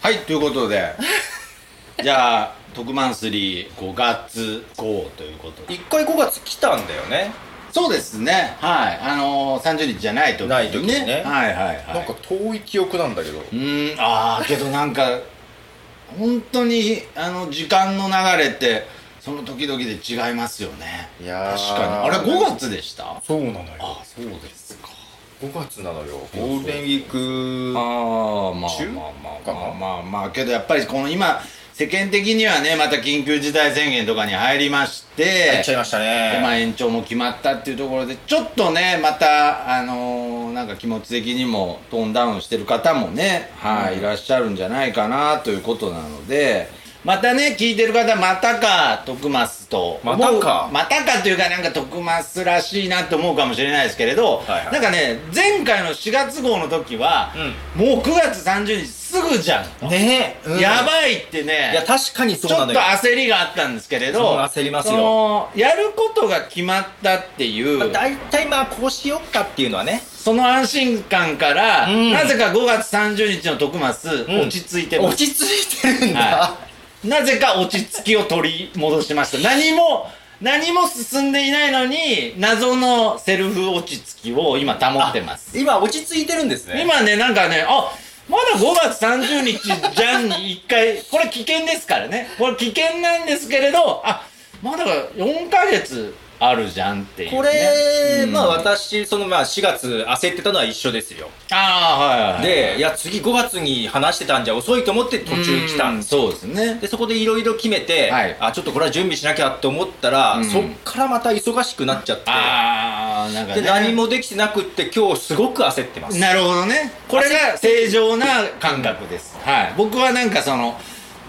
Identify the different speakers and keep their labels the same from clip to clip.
Speaker 1: はいということで じゃあ特番35月号ということで
Speaker 2: 一回5月来たんだよね、
Speaker 1: そうですねはいあのー、30日じゃない時にね
Speaker 2: ない時にね
Speaker 1: はいはいはい
Speaker 2: なんか遠い記憶なんだけど
Speaker 1: うーんああけどなんか本当にあの時間の流れってその時々で違いますよね
Speaker 2: いやー
Speaker 1: 確かにあれ5月でした
Speaker 2: そうなのよ
Speaker 1: あそうですか
Speaker 2: 5月なのよゴールデンウィーク
Speaker 1: ああまあ
Speaker 2: 中
Speaker 1: まあ
Speaker 2: かな
Speaker 1: まあまあまあまあけどやっぱりこの今世間的にはねまた緊急事態宣言とかに入りまして
Speaker 2: やっちゃいました
Speaker 1: でまあ
Speaker 2: ね
Speaker 1: 延長も決まったっていうところでちょっとねまたあのーなんか気持ち的にもトーンダウンしてる方もね、はいいらっしゃるんじゃないかなということなのでまたね聞いてる方またか徳マスと
Speaker 2: またか
Speaker 1: またかというかなんか徳マスらしいなと思うかもしれないですけれど、
Speaker 2: はいはい
Speaker 1: なんかね前回の4月号の時は、もう9月30日すぐじゃん、
Speaker 2: ねえ、うん
Speaker 1: やばいってね
Speaker 2: いや確かにそう
Speaker 1: ちょ
Speaker 2: な
Speaker 1: っ
Speaker 2: の
Speaker 1: と
Speaker 2: よ
Speaker 1: 焦りがあったんですけれど、
Speaker 2: そう焦りますよ
Speaker 1: そのやることが決まったっていう、
Speaker 2: 大体まあこうしよっかっていうのはね
Speaker 1: その安心感から、
Speaker 2: うん
Speaker 1: なぜか5月30日の徳松、
Speaker 2: ん
Speaker 1: 落ち着いてま
Speaker 2: 落
Speaker 1: す。
Speaker 2: ち着いてるんだ、
Speaker 1: はいなぜか落ち着きを取り戻しました。何も、何も進んでいないのに、謎のセルフ落ち着きを今保ってます。
Speaker 2: 今落ち着いてるんですね
Speaker 1: 今ね、なんかね、あまだ5月30日じゃんに一回、 これ危険ですからね。これ危険なんですけれど、あまだ4ヶ月あるじゃんっていう、ね。
Speaker 2: これ、
Speaker 1: うん
Speaker 2: まあ私そのまあ4月焦ってたのは一緒ですよ
Speaker 1: ああ、はいはい。
Speaker 2: でいや次5月に話してたんじゃ遅いと思って途中来た
Speaker 1: う
Speaker 2: んで
Speaker 1: ん
Speaker 2: す
Speaker 1: そうですね。
Speaker 2: でそこでいろいろ決めて、
Speaker 1: はい
Speaker 2: あちょっとこれは準備しなきゃって思ったら、
Speaker 1: うん
Speaker 2: そっからまた忙しくなっちゃって、
Speaker 1: ああ、なんかね。
Speaker 2: で何もできてなくって今日すごく焦ってます
Speaker 1: なるほどね。これが正常な感覚です。はい。僕はなんかその、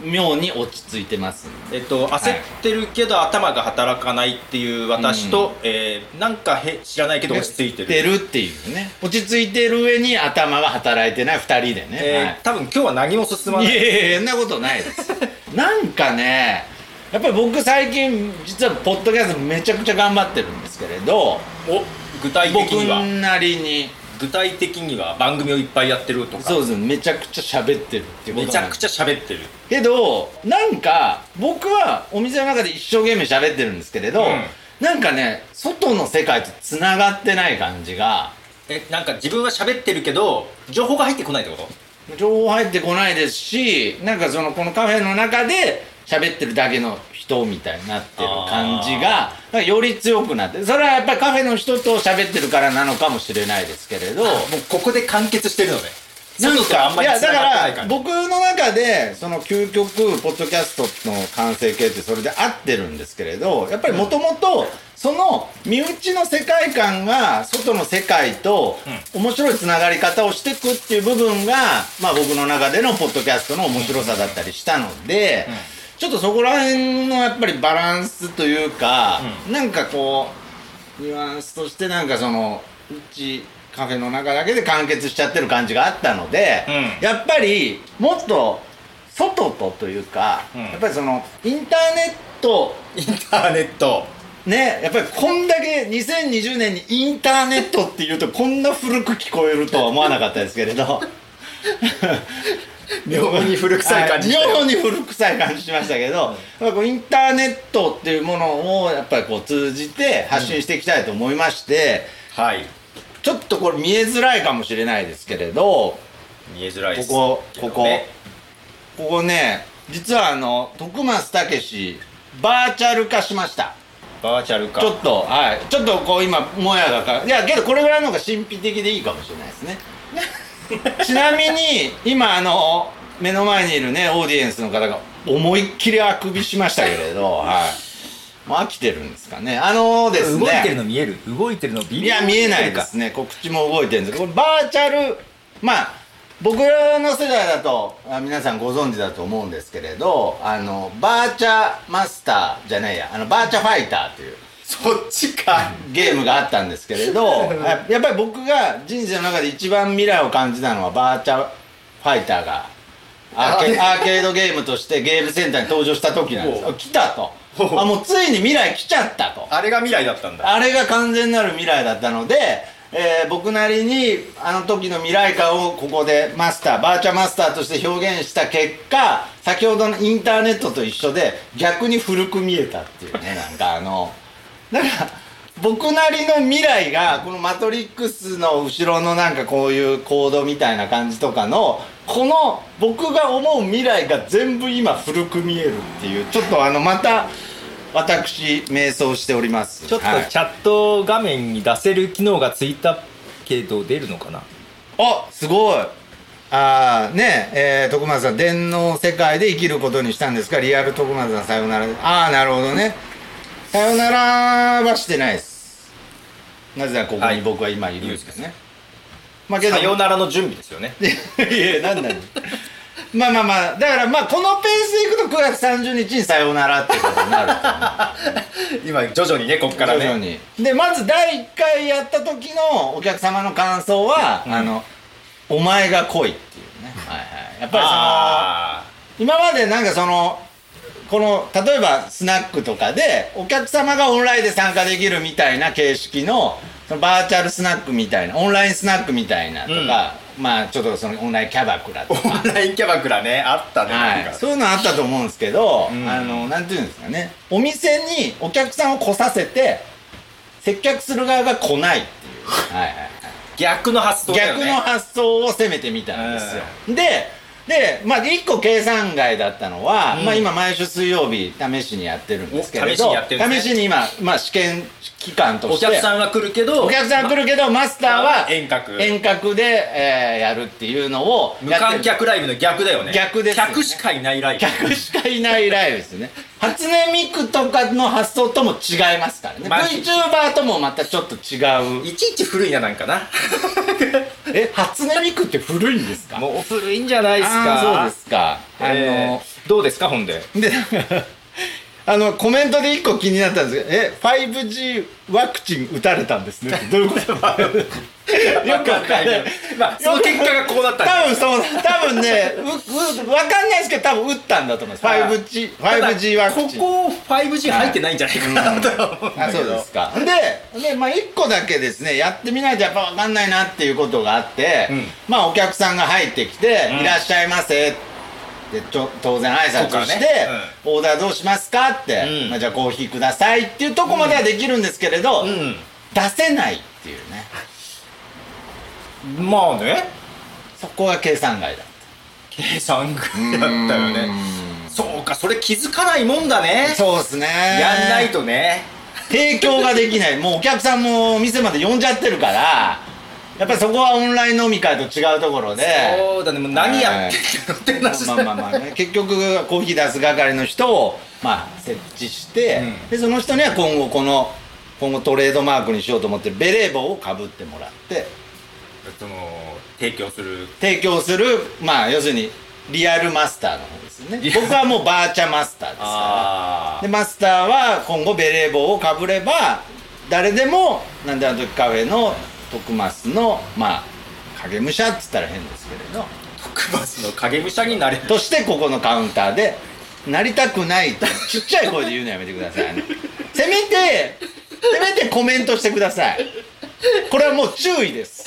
Speaker 1: 妙に落ち着いてますんで。
Speaker 2: えっと、焦ってるけど、頭が働かないっていう私と、えーなんかへ知らないけど落ち着いてる、
Speaker 1: っていうね。落ち着いてる上に頭が働いてない二人でね。
Speaker 2: えー
Speaker 1: はい
Speaker 2: 多分今日は何も進まないい
Speaker 1: やいやいやそんなことないです なんかねやっぱり僕最近実はポッドキャストめちゃくちゃ頑張ってるんですけれど
Speaker 2: お具体
Speaker 1: 僕
Speaker 2: 的には
Speaker 1: なりに
Speaker 2: 具体的には番組をいっぱいやってるとか
Speaker 1: そうですねめちゃくちゃ喋ってるっていうこと
Speaker 2: めちゃく
Speaker 1: ゃ
Speaker 2: ちゃ喋ってる
Speaker 1: けどなんか僕はお店の中で一生懸命喋ってるんですけれど、
Speaker 2: うん
Speaker 1: なんかね外の世界とつながってない感じが
Speaker 2: えなんか自分は喋ってるけど情報が入ってこないってこと
Speaker 1: 情報入ってこないですしなんかそのこのカフェの中で喋ってるだけの人みたいになってる感じがなんかより強くなってそれはやっぱりカフェの人と喋ってるからなのかもしれないですけれど
Speaker 2: もうここで完結してるのね
Speaker 1: なん
Speaker 2: 外とあんま
Speaker 1: い
Speaker 2: り
Speaker 1: や
Speaker 2: 繋
Speaker 1: だ
Speaker 2: がってな
Speaker 1: か
Speaker 2: いからら
Speaker 1: 僕の中でその究極ポッドキャストの完成形ってそれで合ってるんですけれどやっぱりもともとその身内の世界観が外の世界と面白いつながり方をしていくっていう部分が、まあ、僕の中でのポッドキャストの面白さだったりしたので、ちょっとそこら辺のやっぱりバランスというか、なんかこうニュアンスとしてなんかそのうちカフェの中だけで完結しちゃってる感じがあったので、
Speaker 2: うん
Speaker 1: やっぱりもっと外とというか、
Speaker 2: うん
Speaker 1: やっぱりそのインターネット
Speaker 2: インターネット
Speaker 1: ねやっぱりこんだけ2020年にインターネットっていうとこんな古く聞こえるとは思わなかったですけれど
Speaker 2: 妙に古 臭い感じしたよ
Speaker 1: はい妙に古臭い感じしましたけど、まあこうインターネットっていうものをやっぱりこう通じて発信していきたいと思いまして、
Speaker 2: はい
Speaker 1: ちょっとこれ見えづらいかもしれないですけれど
Speaker 2: 見えづらい
Speaker 1: こ
Speaker 2: です
Speaker 1: こ
Speaker 2: けど
Speaker 1: ここ、
Speaker 2: ね
Speaker 1: ここね実はあの徳松たけしバーチャル化しました
Speaker 2: バーチャルか
Speaker 1: ちょっとはいちょっとこう今もやがかいやけどこれぐらいの方が神秘的でいいかもしれないです ねちなみに今あの目の前にいるねオーディエンスの方が思いっきりあくびしましたけれどはいもう飽きてるんですかねあのですね
Speaker 2: 動いてるの見える動いてるの微
Speaker 1: い
Speaker 2: 妙
Speaker 1: や見えないですね告知も動いてるんですけどこれバーチャルまあ僕らの世代だとあ皆さんご存知だと思うんですけれどあのバーチャマスターじゃないやあのバーチャファイターという
Speaker 2: そっちか
Speaker 1: ゲームがあったんですけれ どややっぱり僕が人生の中で一番未来を感じたのはバーチャファイターがアーケアーケードゲームとしてゲームセンターに登場した時なんです
Speaker 2: お
Speaker 1: あ来たと
Speaker 2: お
Speaker 1: あもうついに未来来ちゃったと
Speaker 2: あれが未来だったんだ
Speaker 1: あれが完全なる未来だったので、えー僕なりにあの時の未来感をここでマスターバーチャマスターとして表現した結果先ほどのインターネットと一緒で逆に古く見えたっていうねなんかあのだから僕なりの未来がこの「マトリックス」の後ろのなんかこういう行動みたいな感じとかのこの僕が思う未来が全部今古く見えるっていうちょっとあのまた私迷走しております
Speaker 2: ちょっと
Speaker 1: はい
Speaker 2: チャット画面に出せる機能がついたけど出るのかな
Speaker 1: あすごいああねえー徳松さん電脳世界で生きることにしたんですかリアル徳松さんさよならああなるほどねさよならはしてないですなぜならここ
Speaker 2: は
Speaker 1: に
Speaker 2: い
Speaker 1: 僕は今いるんですけどね、まあけど
Speaker 2: さよならの準備ですよね
Speaker 1: いやいやなんなのまあまあまあだからまあこのペースでいくと9月30日にさよならってことになる
Speaker 2: 今徐々にねこっから
Speaker 1: 徐々
Speaker 2: ね
Speaker 1: にでまず第1回やった時のお客様の感想は「あのお前が来い」っていうね、はいはい、やっぱりその
Speaker 2: あ
Speaker 1: 今までなんかそのこの例えばスナックとかでお客様がオンラインで参加できるみたいな形式のそのバーチャルスナックみたいなオンラインスナックみたいなとか、まあちょっとそのオンラインキャバクラとか
Speaker 2: ーオンラインキャバクラねあったね
Speaker 1: は
Speaker 2: なん
Speaker 1: い、
Speaker 2: か
Speaker 1: そういうのあったと思うんですけど、
Speaker 2: うん
Speaker 1: あのなんていうんですかねお店にお客さんを来させて接客する側が来ないっていう、はいはいはい
Speaker 2: 逆の発想だよ
Speaker 1: 逆
Speaker 2: ね
Speaker 1: の発想を攻めてみたんですよ、ででまあ1個計算外だったのは、
Speaker 2: うん
Speaker 1: まあ今毎週水曜日試しにやってるんですけれ
Speaker 2: お試し
Speaker 1: ど
Speaker 2: にやってるんですね
Speaker 1: 試しに今、まあ、試験期間と
Speaker 2: お
Speaker 1: して
Speaker 2: 客さんは来るけど
Speaker 1: お客さん来るけどマスターは
Speaker 2: 遠隔
Speaker 1: 遠隔で、えーやるっていうのを
Speaker 2: 無
Speaker 1: やってる
Speaker 2: 観客ライブの逆だよね
Speaker 1: 逆ですよね
Speaker 2: 客しかいないライブ
Speaker 1: 客しかいないライブですね初音ミクとかの発想とも違いますからね
Speaker 2: マジ
Speaker 1: VTuber ともまたちょっと違う
Speaker 2: いちいち古いななん かな
Speaker 1: え初音ミクって古いんですか
Speaker 2: もう古いんじゃない
Speaker 1: あーそうですか、
Speaker 2: えーどうですかほんで
Speaker 1: あので あのコメントで一個気になったんですけど「え 5G ワクチン打たれたんですね」ってどういうことよくわかんない けど
Speaker 2: まあその結果がこうなったんだ
Speaker 1: 多分そう多分ねうう分かんないですけど多分打ったんだと思います 5G, 5G ワクチン
Speaker 2: ただここ 5G 入ってないんじゃないかなとは思うんだ
Speaker 1: あ
Speaker 2: け
Speaker 1: そう
Speaker 2: ど
Speaker 1: ですかでで、まあ、1個だけですねやってみないとやっぱ分かんないなっていうことがあって、
Speaker 2: うん
Speaker 1: まあお客さんが入ってきて「
Speaker 2: うん
Speaker 1: いらっしゃいませ」でちょ当然挨拶して、
Speaker 2: そうかね
Speaker 1: オーダーどうしますか?」って、
Speaker 2: うん
Speaker 1: まあ「じゃあコーヒーください」っていうとこまではできるんですけれど、
Speaker 2: う
Speaker 1: 出せないっていうね
Speaker 2: んまあね
Speaker 1: そこが計算外だ
Speaker 2: 計算ぐらいだったよねそうかそれ気づかないもんだね
Speaker 1: そうですね
Speaker 2: やんないとね
Speaker 1: 提供ができないもうお客さんもお店まで呼んじゃってるからやっぱりそこはオンライン飲み会と違うところで
Speaker 2: そうだねもう何やってんのって話
Speaker 1: まあまあまあね結局コーヒー出す係の人をまあ設置して、
Speaker 2: うん
Speaker 1: でその人には今後この今後トレードマークにしようと思ってるベレー帽をかぶってもらって
Speaker 2: その提供する
Speaker 1: 提供するまあ要するにリアルマスターの方ですよね
Speaker 2: リアル
Speaker 1: 僕はもうバーチャマスターですか
Speaker 2: あ
Speaker 1: らでマスターは今後ベレー帽をかぶれば誰でも「なんであの時カフェ」の徳マスのまあ影武者っつったら変ですけれど
Speaker 2: 特バスの影武者になれる
Speaker 1: としてここのカウンターでなりたくないとちっちゃい声で言うのやめてくださいねせめてせめてコメントしてくださいこれはもう注意です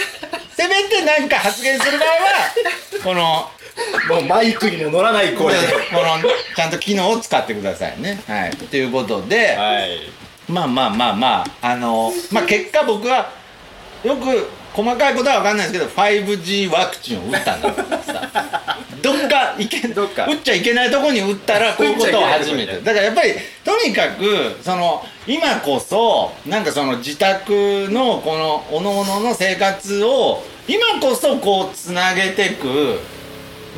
Speaker 1: せめて何か発言する場合は
Speaker 2: もうマイクにも乗らない
Speaker 1: このこ
Speaker 2: 声
Speaker 1: のちゃんと機能を使ってくださいねはいということで、
Speaker 2: はい
Speaker 1: まあまあまあまああのまあ結果僕はよく細かいことは分かんないですけど 5G ワクチンを打ったんだと思ってさどっかいけ
Speaker 2: どっか
Speaker 1: 打っちゃいけないとこに 打ったらこういうことを初めて
Speaker 2: 打っちゃいけないとこに
Speaker 1: だからやっぱりとにかくその今こそなんかその自宅のこのおののの生活を今こそこうつなげてく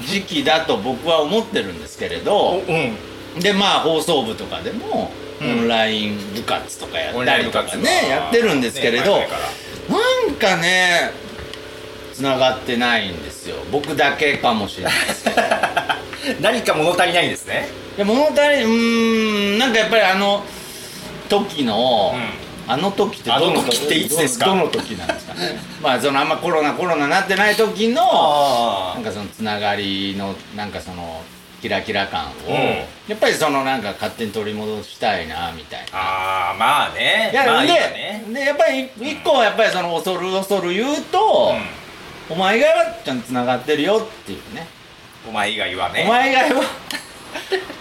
Speaker 1: 時期だと僕は思ってるんですけれど
Speaker 2: おうん
Speaker 1: でまあ放送部とかでもオ
Speaker 2: うん
Speaker 1: ンライン部活とかや
Speaker 2: オ
Speaker 1: っ
Speaker 2: ン
Speaker 1: た
Speaker 2: ライン
Speaker 1: り
Speaker 2: 部
Speaker 1: と
Speaker 2: 活
Speaker 1: かねやってるんですけれど
Speaker 2: ね前々から
Speaker 1: なんかね繋がってないんですよ僕だけかもしれない ですけどい
Speaker 2: 何か物足りないんですね
Speaker 1: や物足りうーんなんかやっぱりあの時の、
Speaker 2: う
Speaker 1: あの時ってど
Speaker 2: あ
Speaker 1: の
Speaker 2: の時っていつですか
Speaker 1: どのどの時なんですかね まあそのあんまコロナコロナなってない時の
Speaker 2: あ
Speaker 1: なん
Speaker 2: あ
Speaker 1: かそのつながりのなんかそのキラキラ感を、
Speaker 2: うん
Speaker 1: やっぱりそのなんか勝手に取り戻したいなみたいな。
Speaker 2: ああまあね
Speaker 1: いや、
Speaker 2: まあ
Speaker 1: で、
Speaker 2: 今ね
Speaker 1: でやっぱり一個はやっぱりその恐る恐る言うと、お前以外はちゃんと繋がってるよっていうね。
Speaker 2: うんお前以外はね
Speaker 1: お前以外は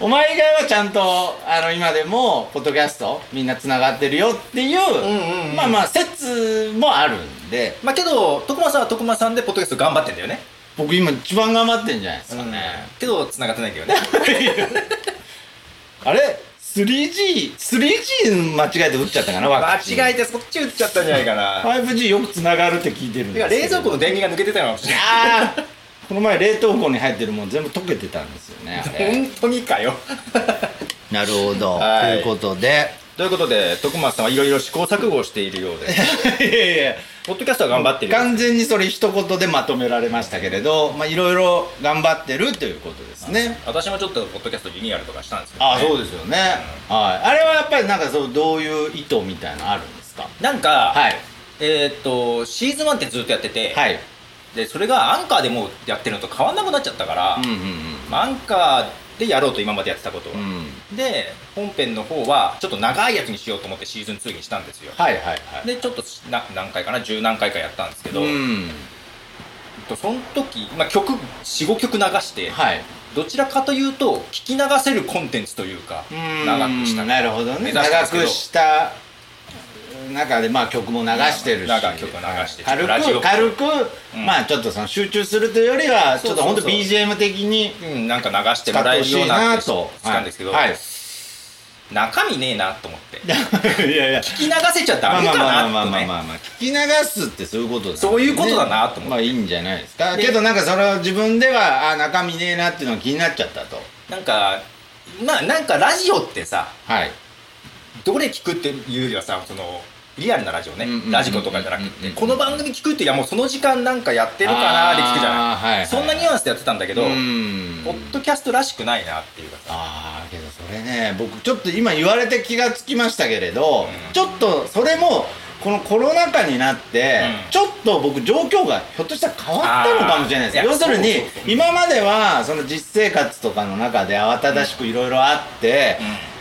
Speaker 1: お前以外はちゃんとあの今でもポッドキャストみんなつながってるよっていう,、
Speaker 2: んうんうん
Speaker 1: まあまあ説もあるんで
Speaker 2: まあけど徳間さんは徳間さんでポッドキャスト頑張ってんだよね
Speaker 1: 僕今一番頑張ってんじゃないですか
Speaker 2: うん
Speaker 1: ね、
Speaker 2: けど繋がってないんだよ ね
Speaker 1: あれ 3G3G 間違えて打っちゃったかな
Speaker 2: 間
Speaker 1: ワクチン
Speaker 2: 違えてそっち打っちゃったんじゃないかな
Speaker 1: 5G よくつながるって聞いてるん
Speaker 2: て
Speaker 1: ですけど
Speaker 2: か冷蔵庫の電源が抜けてたのかもしれ
Speaker 1: あー この前冷凍庫に入ってるもん全部溶けてたんですよねあ
Speaker 2: ない
Speaker 1: れ
Speaker 2: 本当にかよ
Speaker 1: なるほど、
Speaker 2: は
Speaker 1: とい
Speaker 2: い
Speaker 1: うことで
Speaker 2: ということで徳間さんはいろいろ試行錯誤しているようで
Speaker 1: いやいや
Speaker 2: ポッドキャストは頑張ってるよ
Speaker 1: 完全にそれ一言でまとめられましたけれどまあいろいろ頑張ってるということですね
Speaker 2: 私もちょっとポッドキャストリニューアルとかしたんですけど、ね、
Speaker 1: ああそうですよね、はいあれはやっぱりなんかそうどういう意図みたいなのあるんですか
Speaker 2: なんか、
Speaker 1: はい
Speaker 2: えーっとシーズン1ってずっとやってて、
Speaker 1: はい
Speaker 2: でそれがアンカーでもうやってるのと変わんなくなっちゃったから、
Speaker 1: うんうん
Speaker 2: まあアンカーでやろうと今までやってたことは、
Speaker 1: うんうん
Speaker 2: で本編の方はちょっと長いやつにしようと思ってシーズン2にしたんですよ
Speaker 1: はいはいはい
Speaker 2: でちょっとしな何回かな十何回かやったんですけど、
Speaker 1: う
Speaker 2: えっ
Speaker 1: ん
Speaker 2: とその時、まあ、曲45曲流して、
Speaker 1: はい
Speaker 2: どちらかというと聞き流せるコンテンツというか
Speaker 1: うん
Speaker 2: 長くした
Speaker 1: なるほど
Speaker 2: 目
Speaker 1: ね
Speaker 2: 指したんで
Speaker 1: 長
Speaker 2: すけど
Speaker 1: くした中でまあ曲も流してるし
Speaker 2: 長い曲流して
Speaker 1: はい
Speaker 2: ちょっとラジ
Speaker 1: 軽
Speaker 2: オ
Speaker 1: く軽く、
Speaker 2: うん
Speaker 1: まあちょっとその集中するというよりはちょっと本当
Speaker 2: そうそうそう
Speaker 1: BGM 的に
Speaker 2: うん、なんか流して
Speaker 1: 使
Speaker 2: も
Speaker 1: っ
Speaker 2: ら
Speaker 1: て
Speaker 2: え
Speaker 1: ほ
Speaker 2: るよ
Speaker 1: し
Speaker 2: う
Speaker 1: い
Speaker 2: な
Speaker 1: な
Speaker 2: って
Speaker 1: と
Speaker 2: したんですけど、
Speaker 1: はいはい
Speaker 2: 中身ねえなと 思って
Speaker 1: いやいや
Speaker 2: 聞き流せちゃ
Speaker 1: ま
Speaker 2: ダ
Speaker 1: あ
Speaker 2: メ
Speaker 1: まあ
Speaker 2: か
Speaker 1: まあまあ
Speaker 2: なと
Speaker 1: まあ
Speaker 2: ね
Speaker 1: まあまあ聞き流すってそういうことだ、ね、
Speaker 2: そういうことだなと思って
Speaker 1: まあいいんじゃないですかけどなんかそれを自分ではあ中身ねえなっていうのが気になっちゃったと
Speaker 2: なんかまあなんかラジオってさ
Speaker 1: はい
Speaker 2: どれ聞くっていうよりはさそのリアルなラジオね、
Speaker 1: うんうんうんうん
Speaker 2: ラジコとかじゃなくて、
Speaker 1: うんうんうん
Speaker 2: この番組聞くっていやもうその時間なんかやってるかなで聞くじゃない、
Speaker 1: あーはいはい
Speaker 2: そんなニュアンスでやってたんだけど、
Speaker 1: うん
Speaker 2: ポッドキャストらしくないなっていうかさ
Speaker 1: ああけどそれね僕ちょっと今言われて気がつきましたけれど、
Speaker 2: うん
Speaker 1: ちょっとそれもこのコロナ禍になって、
Speaker 2: うん
Speaker 1: ちょっと僕状況がひょっとしたら変わったのかもしれないで
Speaker 2: あ
Speaker 1: す
Speaker 2: ー
Speaker 1: 要する
Speaker 2: いや
Speaker 1: に
Speaker 2: そうそうそう
Speaker 1: 今まではその実生活とかの中で慌ただしくいろいろあって、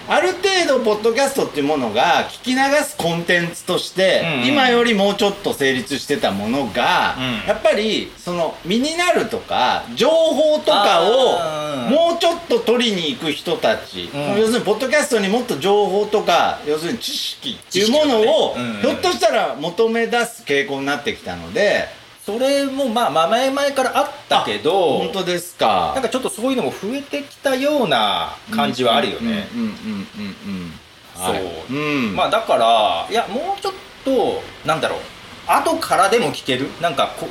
Speaker 1: ある程度ポッドキャストっていうものが聞き流すコンテンツとして、
Speaker 2: うんうん
Speaker 1: 今よりもうちょっと成立してたものが、
Speaker 2: うん
Speaker 1: やっぱりその身になるとか情報とか
Speaker 2: あー
Speaker 1: をもうちょっと取りに行く人たち、
Speaker 2: うん
Speaker 1: 要するにポッドキャストにもっと情報とか要するに知識っていうものを、
Speaker 2: 知識をねうんうん
Speaker 1: ひょっとしたら求め出す傾向になってきたので
Speaker 2: それもまあまあ前々からあったけど
Speaker 1: 本当です
Speaker 2: なん
Speaker 1: か
Speaker 2: かちょっとそういうのも増えてきたような感じはあるよね、
Speaker 1: うんうんうんうんうんはい
Speaker 2: そう
Speaker 1: うん
Speaker 2: まあだからいやもうちょっとなんだろう後からでも聞けるなんかこ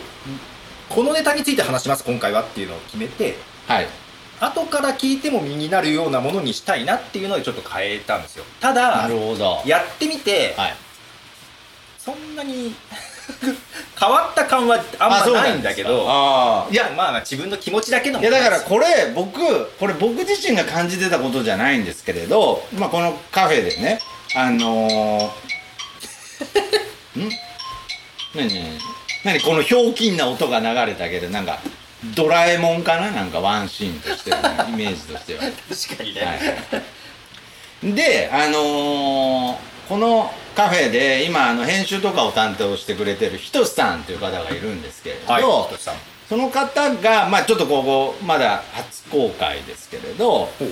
Speaker 2: このネタについて話します今回はっていうのを決めて
Speaker 1: はい
Speaker 2: 後から聞いても身になるようなものにしたいなっていうのでちょっと変えたんですよた
Speaker 1: な
Speaker 2: だ
Speaker 1: るほど
Speaker 2: やってみて
Speaker 1: はい
Speaker 2: そんなに 変わった感はあんまないんだけど
Speaker 1: あそうなんですかあーい
Speaker 2: いや
Speaker 1: や
Speaker 2: まあまあ自分の気持ちだけの
Speaker 1: いやだから
Speaker 2: こ
Speaker 1: これ僕これ僕自身が感じてたことじゃないんですけれど、まあ、このカフェでねあのー、ん 何何何このひょうきんな音が流れたけどなんかドラえもんかななんかワンシーンとしてのね、イメージとしては。
Speaker 2: 確かにね、
Speaker 1: はいはい、であのーこのカフェで今あの編集とかを担当してくれてるひとしさんという方がいるんですけれど、
Speaker 2: はいひとしさん
Speaker 1: その方が、まあ、ちょっとここまだ初公開ですけれど
Speaker 2: ほう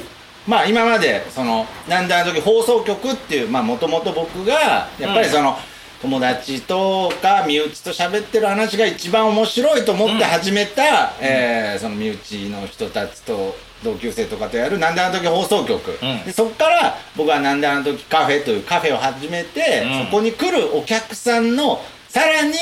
Speaker 1: まあ今までそのなんであの時放送局っていうまあもともと僕がやっぱりその、友達とか身内と喋ってる話が一番面白いと思って始めた、えーその身内の人たちと同級生とかとやる「なんであの時放送局」
Speaker 2: ん
Speaker 1: でそっから僕は「なんであの時カフェ」というカフェを始めて、
Speaker 2: うん
Speaker 1: そこに来るお客さんのさらに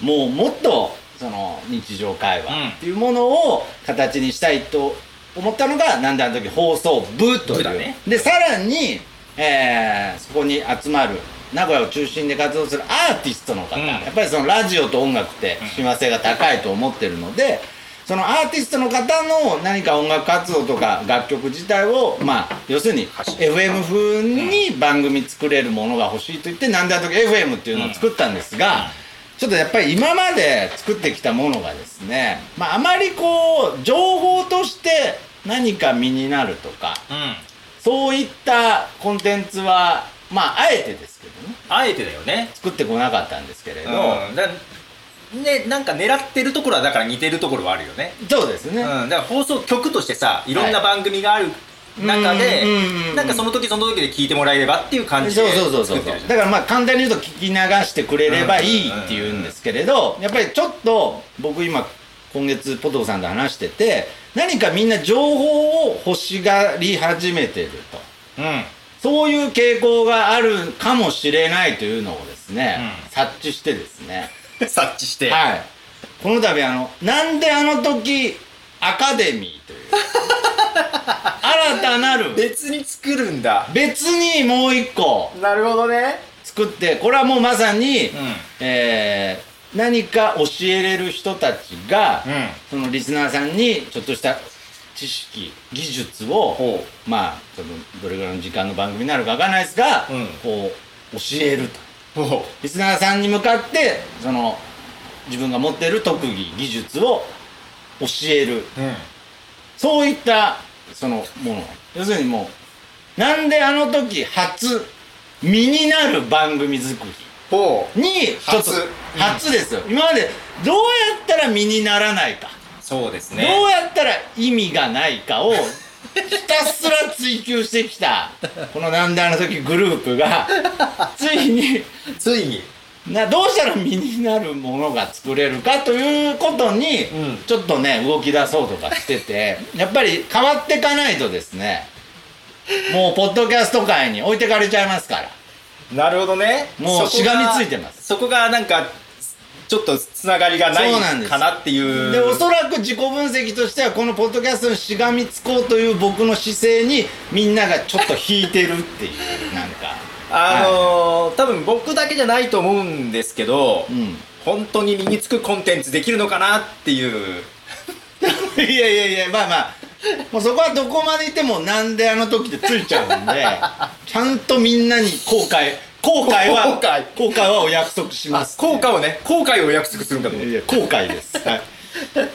Speaker 1: もうもっとその日常会
Speaker 2: うん
Speaker 1: 話っていうものを形にしたいと思ったのが「なんであの時放送部」と
Speaker 2: 部
Speaker 1: いう、
Speaker 2: だね
Speaker 1: でさらに、えーそこに集まる名古屋を中心で活動するアーティストの方、
Speaker 2: うん
Speaker 1: やっぱりそのラジオと音楽って親和性が高いと思ってるので、そのアーティストの方の何か音楽活動とか楽曲自体をまあ要するに
Speaker 2: 走
Speaker 1: FM 風に番組作れるものが欲しいと言って「なんだとき FM」っていうのを作ったんですが。ちょっとやっぱり今まで作ってきたものがですね、まあ、あまりこう情報として何か身になるとか
Speaker 2: うん
Speaker 1: そういったコンテンツはまああえてですけどね
Speaker 2: あえてだよね
Speaker 1: 作ってこなかったんですけれど、
Speaker 2: うんだねなんか狙ってるところはだから似てるところはあるよね、
Speaker 1: そうですね、
Speaker 2: うん、だから放送局としてさいろんな番組がある中で、
Speaker 1: うんうんうんうん
Speaker 2: なんかその時その時で聞いてもらえればっていう感じ
Speaker 1: そう
Speaker 2: で
Speaker 1: そうそうそ
Speaker 2: 作
Speaker 1: う
Speaker 2: ってるじゃん
Speaker 1: だからまあ簡単に言うと聞き流してくれればいいっていうんですけれどやっぱりちょっと僕今今月ポトフさんと話してて何かみんな情報を欲しがり始めてると
Speaker 2: うん
Speaker 1: そういう傾向があるかもしれないというのをですね、
Speaker 2: うん
Speaker 1: 察知してですね
Speaker 2: 察知して、
Speaker 1: はいこの度あのなんであの時アカデミ ーという新たなる
Speaker 2: 別に作るんだ
Speaker 1: 別にもう一個
Speaker 2: なるほどね
Speaker 1: 作ってこれはもうまさに、
Speaker 2: うん
Speaker 1: えー何か教えれる人たちが、
Speaker 2: うん
Speaker 1: そのリスナーさんにちょっとした知識技術を
Speaker 2: ほ
Speaker 1: まあそのどれぐらいの時間の番組になるかわかんないですが、
Speaker 2: うん
Speaker 1: こう教えると
Speaker 2: うほ
Speaker 1: リスナーさんに向かってその自分が持ってる特技技術を教える
Speaker 2: ううん
Speaker 1: そういったそのもの要するにもうなんであの時初身になる番組作り
Speaker 2: ほう
Speaker 1: にちょっと
Speaker 2: 初うん
Speaker 1: 初ですよ、今までどうやったら身にならないか、
Speaker 2: そうです
Speaker 1: ど
Speaker 2: ね
Speaker 1: うやったら意味がないかをひたすら追求してきたこの「なんであの時」グループがついに
Speaker 2: ついに
Speaker 1: などうしたら身になるものが作れるかということに、
Speaker 2: うん
Speaker 1: ちょっとね動き出そうとかしててやっぱり変わっていかないとですねもうポッドキャスト界に置いてかれちゃいますから。
Speaker 2: なるほどね
Speaker 1: もう
Speaker 2: そこが
Speaker 1: しがみついてます
Speaker 2: そこがなんかちょっとつながりがな
Speaker 1: そうなんで
Speaker 2: い
Speaker 1: す
Speaker 2: かなっていう
Speaker 1: でおそらく自己分析としてはこのポッドキャストのしがみつこうという僕の姿勢にみんながちょっと引いてるっていうなんか
Speaker 2: あのー多分僕だけじゃないと思うんですけど、
Speaker 1: うん
Speaker 2: 本当に身につくコンテンツできるのかなっていう、
Speaker 1: いやいやいやまあまあもうそこはどこまでいてもなんであの時ってついちゃうんでちゃんとみんなに後悔後悔は
Speaker 2: 後悔
Speaker 1: 後悔はお約束します
Speaker 2: 効果をね後悔を約束するんだと思う
Speaker 1: いや後悔ですはい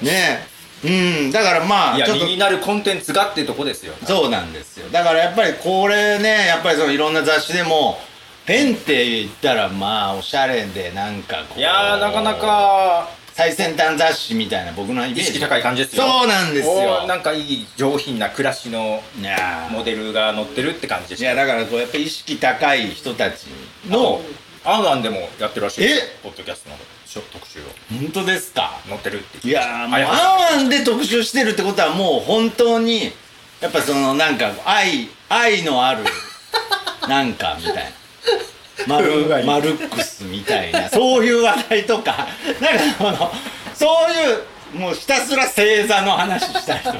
Speaker 1: ねえうんだからまあ
Speaker 2: いや
Speaker 1: ちょっ
Speaker 2: 身
Speaker 1: と
Speaker 2: になるコンテンツがっていうとこですよ
Speaker 1: そうなんですよだからやっぱりこれねやっぱりそのいろんな雑誌でもペンって言ったらまあおしゃれでなんかこう
Speaker 2: い
Speaker 1: い
Speaker 2: やーなかなか
Speaker 1: 最先端雑誌みたいな僕のイメー
Speaker 2: 意
Speaker 1: ジ
Speaker 2: 識高い感じですよ
Speaker 1: そうなんですよ
Speaker 2: おーなんかいい上品な暮らしの
Speaker 1: いや
Speaker 2: モデルが載ってるって感じ
Speaker 1: ー
Speaker 2: で
Speaker 1: い
Speaker 2: した
Speaker 1: やだからこうやっぱり意識高い人たちの
Speaker 2: のアンアンでもやってるらしいですよ
Speaker 1: え
Speaker 2: ポッドキャストの特集を
Speaker 1: 本当ですか
Speaker 2: 載ってるって聞
Speaker 1: いやーもう
Speaker 2: あ
Speaker 1: ア
Speaker 2: りがとう
Speaker 1: ンアンで特集してるってことはもう本当にやっぱそのなんか愛愛の あるなんかみたいなマル
Speaker 2: うまい
Speaker 1: マルックスみたいなそういう話題とかなんかそのそういうもうひたすら星座の話したりとかだか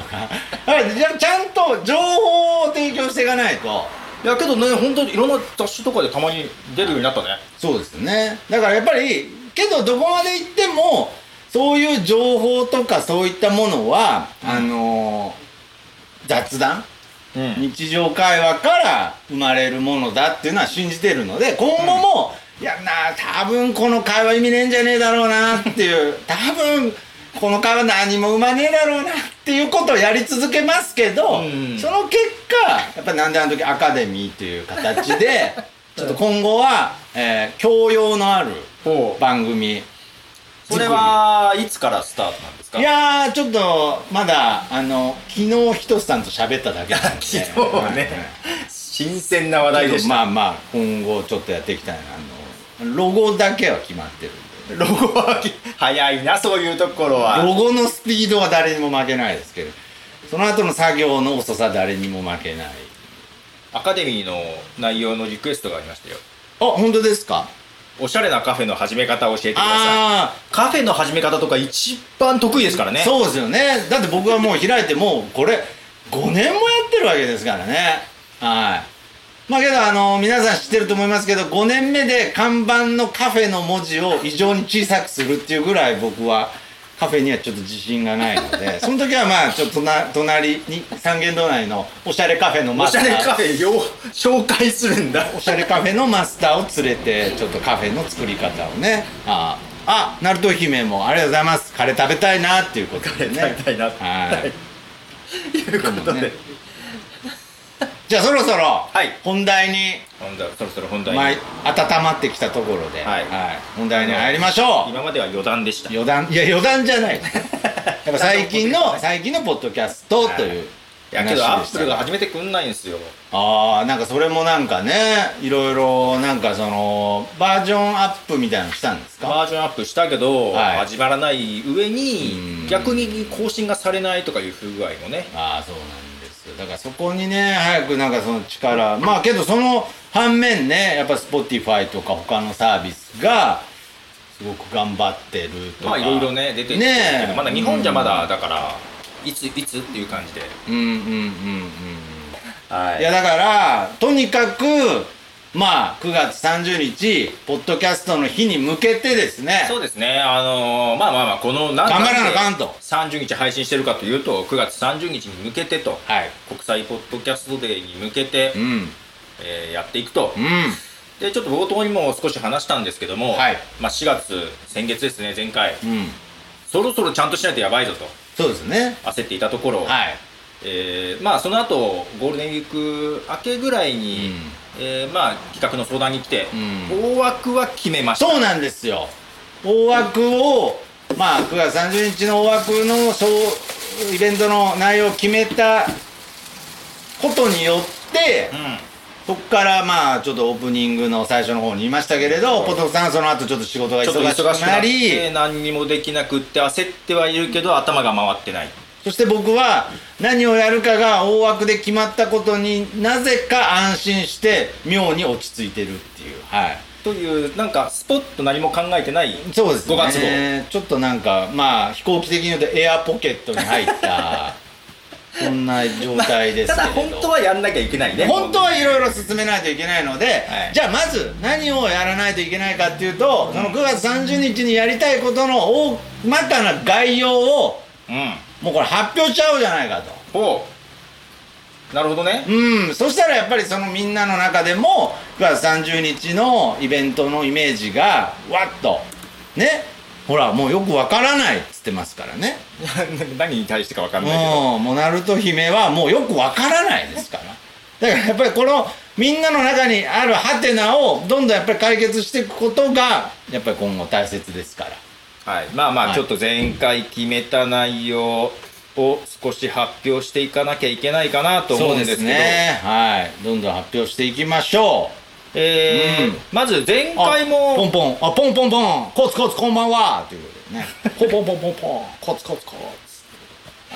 Speaker 1: らじゃちゃんと情報を提供していかないと
Speaker 2: いやけどね本当にいろんな雑誌とかでたまに出るようになったね
Speaker 1: そうですねだからやっぱりけどどこまで行ってもそういう情報とかそういったものは、あのー雑談
Speaker 2: うん
Speaker 1: 日常会話から生まれるものだっていうのは信じてるので今後も、いやなあ多分この会話意味ねえんじゃねえだろうなっていう多分この会話何も生まねえだろうなっていうことをやり続けますけど、
Speaker 2: うん
Speaker 1: その結果やっぱなんであの時アカデミーっていう形 でちょっと今後は、えー教養のある
Speaker 2: ほう
Speaker 1: 番組
Speaker 2: それはいつからスタートなんですか
Speaker 1: いやーちょっとまだあの昨日ひとつさんと喋っただけなんで
Speaker 2: 昨日ね
Speaker 1: はい
Speaker 2: 新鮮な話題でした、
Speaker 1: まあまあ今後ちょっとやっていきたいなあのロゴだけは決まってるんで
Speaker 2: ロゴは早いなそういうところは
Speaker 1: ロゴのスピードは誰にも負けないですけどその後の作業の遅さ誰にも負けない
Speaker 2: アカデミーの内容のリクエストがありましたよ
Speaker 1: あ本当ですか
Speaker 2: おしゃれなカフェの始め方を教えてください
Speaker 1: あ
Speaker 2: カフェの始め方とか一番得意ですから
Speaker 1: あ、
Speaker 2: ね
Speaker 1: そうですよねだって僕はもう開いてもうこれ5年もやってるわけですからねはいまあけどあの皆さん知ってると思いますけど5年目で看板のカフェの文字を異常に小さくするっていうぐらい僕はカフェにはちょっと自信がないの でその時はまあちょっとな隣に三軒隣のおしゃれカフェの
Speaker 2: お
Speaker 1: マス
Speaker 2: し
Speaker 1: タ
Speaker 2: ゃれカ
Speaker 1: ー
Speaker 2: フェを紹介するんだ
Speaker 1: おしゃれカフェのマスターを連れてちょっとカフェの作り方をねあああナルト姫もありがとうございますカレー食べたいなっていうことでね
Speaker 2: 食べたいな
Speaker 1: はい
Speaker 2: いうことで、
Speaker 1: ねじゃあそろそろ
Speaker 2: はい
Speaker 1: 本題に、
Speaker 2: 本題そろそろ本題に、
Speaker 1: まあ、温まってきたところで、
Speaker 2: はい
Speaker 1: 本題に入りましょう
Speaker 2: 今までは余談でした
Speaker 1: 余談いや余談じゃないや っぱ最近の最近のポッドキャストという、
Speaker 2: いやけど
Speaker 1: 話
Speaker 2: ア
Speaker 1: でした
Speaker 2: ップ
Speaker 1: ね
Speaker 2: ルが始めてくんないんですよ
Speaker 1: ああなんかそれもなんかねいろいろなんかそのバージョンアップみたいなのしたんですか
Speaker 2: バージョンアップしたけど、
Speaker 1: はい
Speaker 2: 始まらない上
Speaker 1: うん
Speaker 2: に逆に更新がされないとかいう不具合もね
Speaker 1: ああそうなんですよだからそこにね早くなんかその力まあけどその反面ねやっぱ Spotify とか他のサービスがすごく頑張ってるとか
Speaker 2: まあいろいろね出てきてるけ
Speaker 1: ね
Speaker 2: ど
Speaker 1: え
Speaker 2: まだ日本じゃまだだからいついつっていう感じで、
Speaker 1: うんうんうんうん
Speaker 2: はい
Speaker 1: やだからとにかくまあ9月30日ポッドキャストの日に向けてですね
Speaker 2: そうですね、あのーまあまあまあ、この何
Speaker 1: 頑張らなあかんと
Speaker 2: 30日配信してるかというと、9月30日に向けてと、
Speaker 1: はい
Speaker 2: 国際ポッドキャストデーに向けて、
Speaker 1: うん
Speaker 2: えーやっていくと、
Speaker 1: うん
Speaker 2: で、ちょっと冒頭にも少し話したんですけども、
Speaker 1: はい
Speaker 2: まあ、4月、先月ですね、前回、
Speaker 1: うん
Speaker 2: そろそろちゃんとしないとやばいぞと
Speaker 1: そうですね
Speaker 2: 焦っていたところ、
Speaker 1: はい
Speaker 2: えーまあ、その後ゴールデンウィーク明けぐらいに、えーまあ、企画の相談に来て、
Speaker 1: うん
Speaker 2: 大枠は決めました。
Speaker 1: そうなんですよ大枠をまあ9月30日の大枠のそうイベントの内容を決めたことによって
Speaker 2: うん
Speaker 1: そこからまあちょっとオープニングの最初の方に言いましたけれどポトフさんはその後ちょっと仕事が
Speaker 2: ちょ
Speaker 1: 忙
Speaker 2: っと忙し
Speaker 1: し
Speaker 2: く
Speaker 1: く
Speaker 2: な
Speaker 1: な
Speaker 2: っ
Speaker 1: り
Speaker 2: て何にもできなくって焦ってはいるけど頭が回ってない
Speaker 1: そして僕は何をやるかが大枠で決まったことになぜか安心して妙に落ち着いてるっていうはい。
Speaker 2: というなんかスポッと何も考えてない
Speaker 1: そうですね。
Speaker 2: 5月
Speaker 1: ちょっとなんか、まあ、飛行機的に言うとエアポケットに入 った、そんな状態ですけ
Speaker 2: た
Speaker 1: れ
Speaker 2: だ
Speaker 1: ど。
Speaker 2: 本当はやんなきゃいけないね
Speaker 1: 本当はいろいろ進めないといけないので、
Speaker 2: い
Speaker 1: じゃあまず何をやらないといけないかっていうと、その9月30日にやりたいことの大まかな概要を、
Speaker 2: うん
Speaker 1: もうこれ発表しちゃおうじゃないかと。
Speaker 2: ほうなるほどね
Speaker 1: うん、そしたらやっぱりそのみんなの中でも9月30日のイベントのイメージがわっとねほらもうよくわからないっつってますからね
Speaker 2: 何に対してか分かんないけど
Speaker 1: もうもうナルト姫はもうよくわからないですからだからやっぱりこのみんなの中にあるハテナをどんどんやっぱり解決していくことがやっぱり今後大切ですから
Speaker 2: はいまあま
Speaker 1: は
Speaker 2: あ
Speaker 1: い
Speaker 2: ちょっと前回決めた内容を少し発表していかなきゃいけないかなと思うんですけど
Speaker 1: ねはいどんどん発表していきましょう
Speaker 2: えー
Speaker 1: うん
Speaker 2: まず前
Speaker 1: あ
Speaker 2: 回も
Speaker 1: ポンポンあポンポンポンコツコツこんばんはということでねポンポンポンポンポンコツコツコツ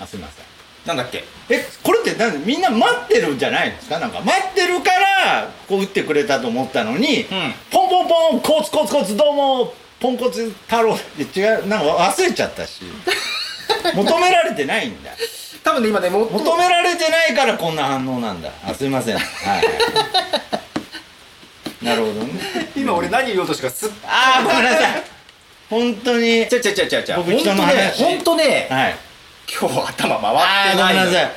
Speaker 1: あすいません
Speaker 2: なんだっけ
Speaker 1: えこれってなんでみんな待ってるんじゃないんですかなんか待ってるからこう打ってくれたと思ったのに、ポンポンポンコツコツコツどうもポンコツ太郎って違うなんか忘れちゃった し求められてないんだ
Speaker 2: 多分ね今ねもっと
Speaker 1: 求められてないからこんな反応なんだあすいませんはいなるほどね
Speaker 2: 今俺何言おうとしたかすっ
Speaker 1: ああごめんなさい本当に
Speaker 2: ちゃちゃちゃちゃちゃ。
Speaker 1: 僕
Speaker 2: 本当
Speaker 1: 人の
Speaker 2: ね、
Speaker 1: 話
Speaker 2: 本当ね、
Speaker 1: はい
Speaker 2: 今日頭
Speaker 1: あ
Speaker 2: 回っ
Speaker 1: あ
Speaker 2: て
Speaker 1: ご
Speaker 2: な
Speaker 1: め
Speaker 2: い
Speaker 1: ん
Speaker 2: の。
Speaker 1: なさい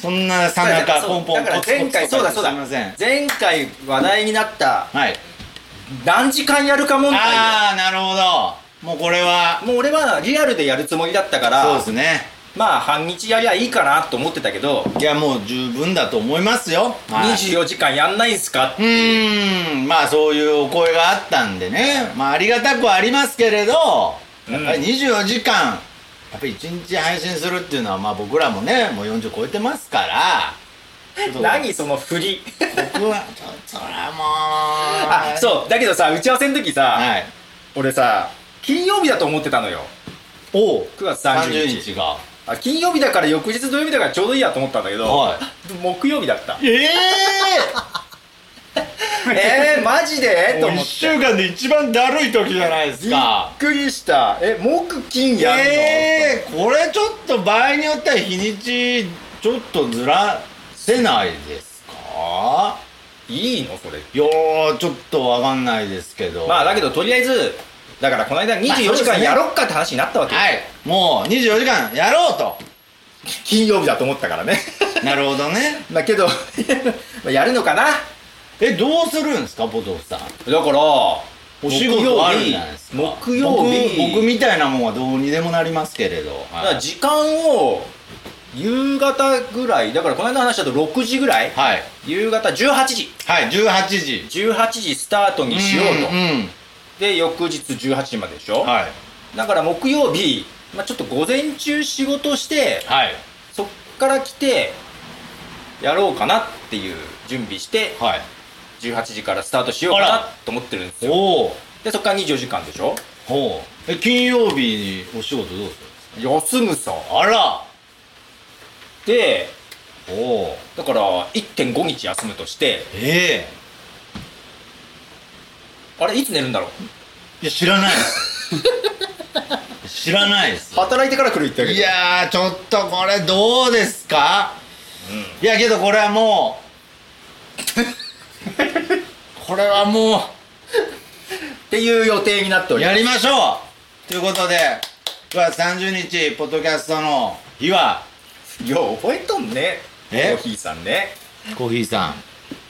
Speaker 1: そんなさなかポンポン
Speaker 2: だから
Speaker 1: コツコツ
Speaker 2: 前回
Speaker 1: コツ
Speaker 2: そうだそうだ
Speaker 1: すいません
Speaker 2: 前回話題になった
Speaker 1: はい
Speaker 2: 何時間やるか問題
Speaker 1: ああなるほどもうこれは
Speaker 2: もう俺はリアルでやるつもりだったか
Speaker 1: そう
Speaker 2: ら
Speaker 1: ですね
Speaker 2: まあ半日やりゃいいかなと思ってたけど、
Speaker 1: いやもう十分だと思いますよ、はい、
Speaker 2: 24時間やんないんすか
Speaker 1: うーんまあそういうお声があったんでねまあありがたくはありますけれどやっぱり24時間やっぱり1日配信するっていうのはまあ僕らもねもう40超えてますからちょっと
Speaker 2: 何その振り
Speaker 1: 僕はちょっとそらもう
Speaker 2: あ そうだけどさ打ち合わせの時さ、
Speaker 1: はい
Speaker 2: 俺さ金曜日だと思ってたのよ
Speaker 1: おう
Speaker 2: 9月30日
Speaker 1: が
Speaker 2: あ金曜日だから翌日土曜日だからちょうどいいやと思ったんだけど、
Speaker 1: は
Speaker 2: 木曜日だった
Speaker 1: いええ
Speaker 2: えー、マ ジ でと
Speaker 1: 1
Speaker 2: 思って
Speaker 1: 週間で一番だるい時じゃないです
Speaker 2: び
Speaker 1: か
Speaker 2: っくりしたえ木金やんの、
Speaker 1: ええこれちょっと場合によっては日にちちょっとずらせないですか
Speaker 2: いいのそれ
Speaker 1: いやーちょっとわかんないですけど
Speaker 2: まあだけどとりあえずだからこの間24時間やろっかって話になったわけ、
Speaker 1: はいもう24時間やろうと
Speaker 2: 金曜日だと思ったからね
Speaker 1: なるほどね
Speaker 2: だけど やるのかな
Speaker 1: えどうするんですかポトフさん
Speaker 2: だから
Speaker 1: お仕事あるんじゃないですか
Speaker 2: 木曜日
Speaker 1: 僕僕みたいなもんはどうにでもなりますけれど、
Speaker 2: だから時間を夕方ぐらいだからこの間の話だと6時ぐらい
Speaker 1: はい
Speaker 2: 夕方18時
Speaker 1: はい18時
Speaker 2: 18時スタートにしようと、
Speaker 1: ん
Speaker 2: で翌日18時まででしょ、
Speaker 1: うんはい
Speaker 2: だから木曜日、まあ、ちょっと午前中仕事して
Speaker 1: はい
Speaker 2: そっから来てやろうかなっていう準備して
Speaker 1: はい
Speaker 2: 18時からスタートしようか
Speaker 1: あ
Speaker 2: な
Speaker 1: ら
Speaker 2: と思ってるんですよ
Speaker 1: おお
Speaker 2: でそっから24時間でしょ
Speaker 1: ほうえ金曜日にお仕事どうする
Speaker 2: 休むさ
Speaker 1: あら
Speaker 2: で
Speaker 1: おお
Speaker 2: だから1.5日休むとして
Speaker 1: ええ
Speaker 2: あれいつ寝るんだろう
Speaker 1: いや知らないです知らないです
Speaker 2: 働いてから来るってわけ
Speaker 1: いやーちょっとこれどうですか、
Speaker 2: う
Speaker 1: いやけどこれはも うこれはも
Speaker 2: っていう予定になってお
Speaker 1: う
Speaker 2: りま
Speaker 1: やりましょうということで9月30日ポッドキャストの日は
Speaker 2: すよう覚えとんね
Speaker 1: え
Speaker 2: コーヒーさんね
Speaker 1: コーヒーさ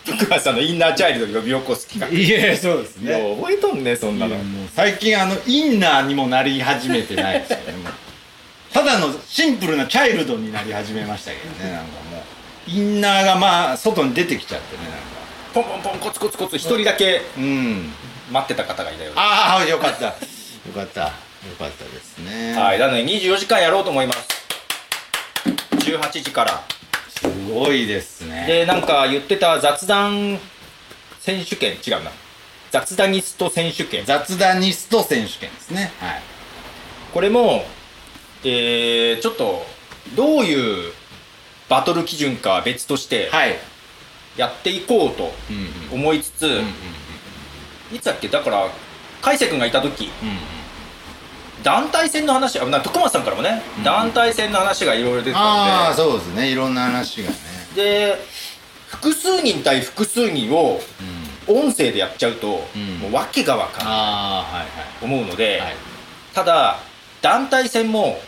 Speaker 2: 福川さんのインナーチャイルドを呼び起こす
Speaker 1: ん
Speaker 2: 企
Speaker 1: いえそうです
Speaker 2: 画よう覚えとんねそんなの
Speaker 1: もう最近あのインナーにもなり始めてないですよね もうただのシンプルなチャイルドになり始めましたけどねなんかもうインナーがまあ外に出てきちゃってねなんか
Speaker 2: ポンポンポンコツコツコツ一人だけ
Speaker 1: うん
Speaker 2: 待ってた方がいたようで
Speaker 1: ああよかったよかったよかったですね
Speaker 2: はいなので24時間やろうと思います18時から
Speaker 1: すごいですね
Speaker 2: でなんか言ってた雑談選手権違うな雑談ニスト選手権
Speaker 1: 雑談ニスト選手権ですねはい
Speaker 2: これも、えー、ちょっとどういうバトル基準かは別として
Speaker 1: はい
Speaker 2: やっていこうと
Speaker 1: うんうん
Speaker 2: 思いつつ、
Speaker 1: うんうん
Speaker 2: いつだっけだから海瀬君がいた時
Speaker 1: うんうん
Speaker 2: 団体戦の話あなんか徳松さんからもね、
Speaker 1: うん
Speaker 2: 団体戦の話がいろいろ出て
Speaker 1: あ
Speaker 2: た
Speaker 1: あ
Speaker 2: んで
Speaker 1: そうですねいろんな話がね
Speaker 2: で複数人対複数人を
Speaker 1: うん
Speaker 2: 音声でやっちゃうと、
Speaker 1: うん
Speaker 2: もう訳が分からない
Speaker 1: ああはい
Speaker 2: と思うので、
Speaker 1: はい、はい
Speaker 2: ただ団体戦も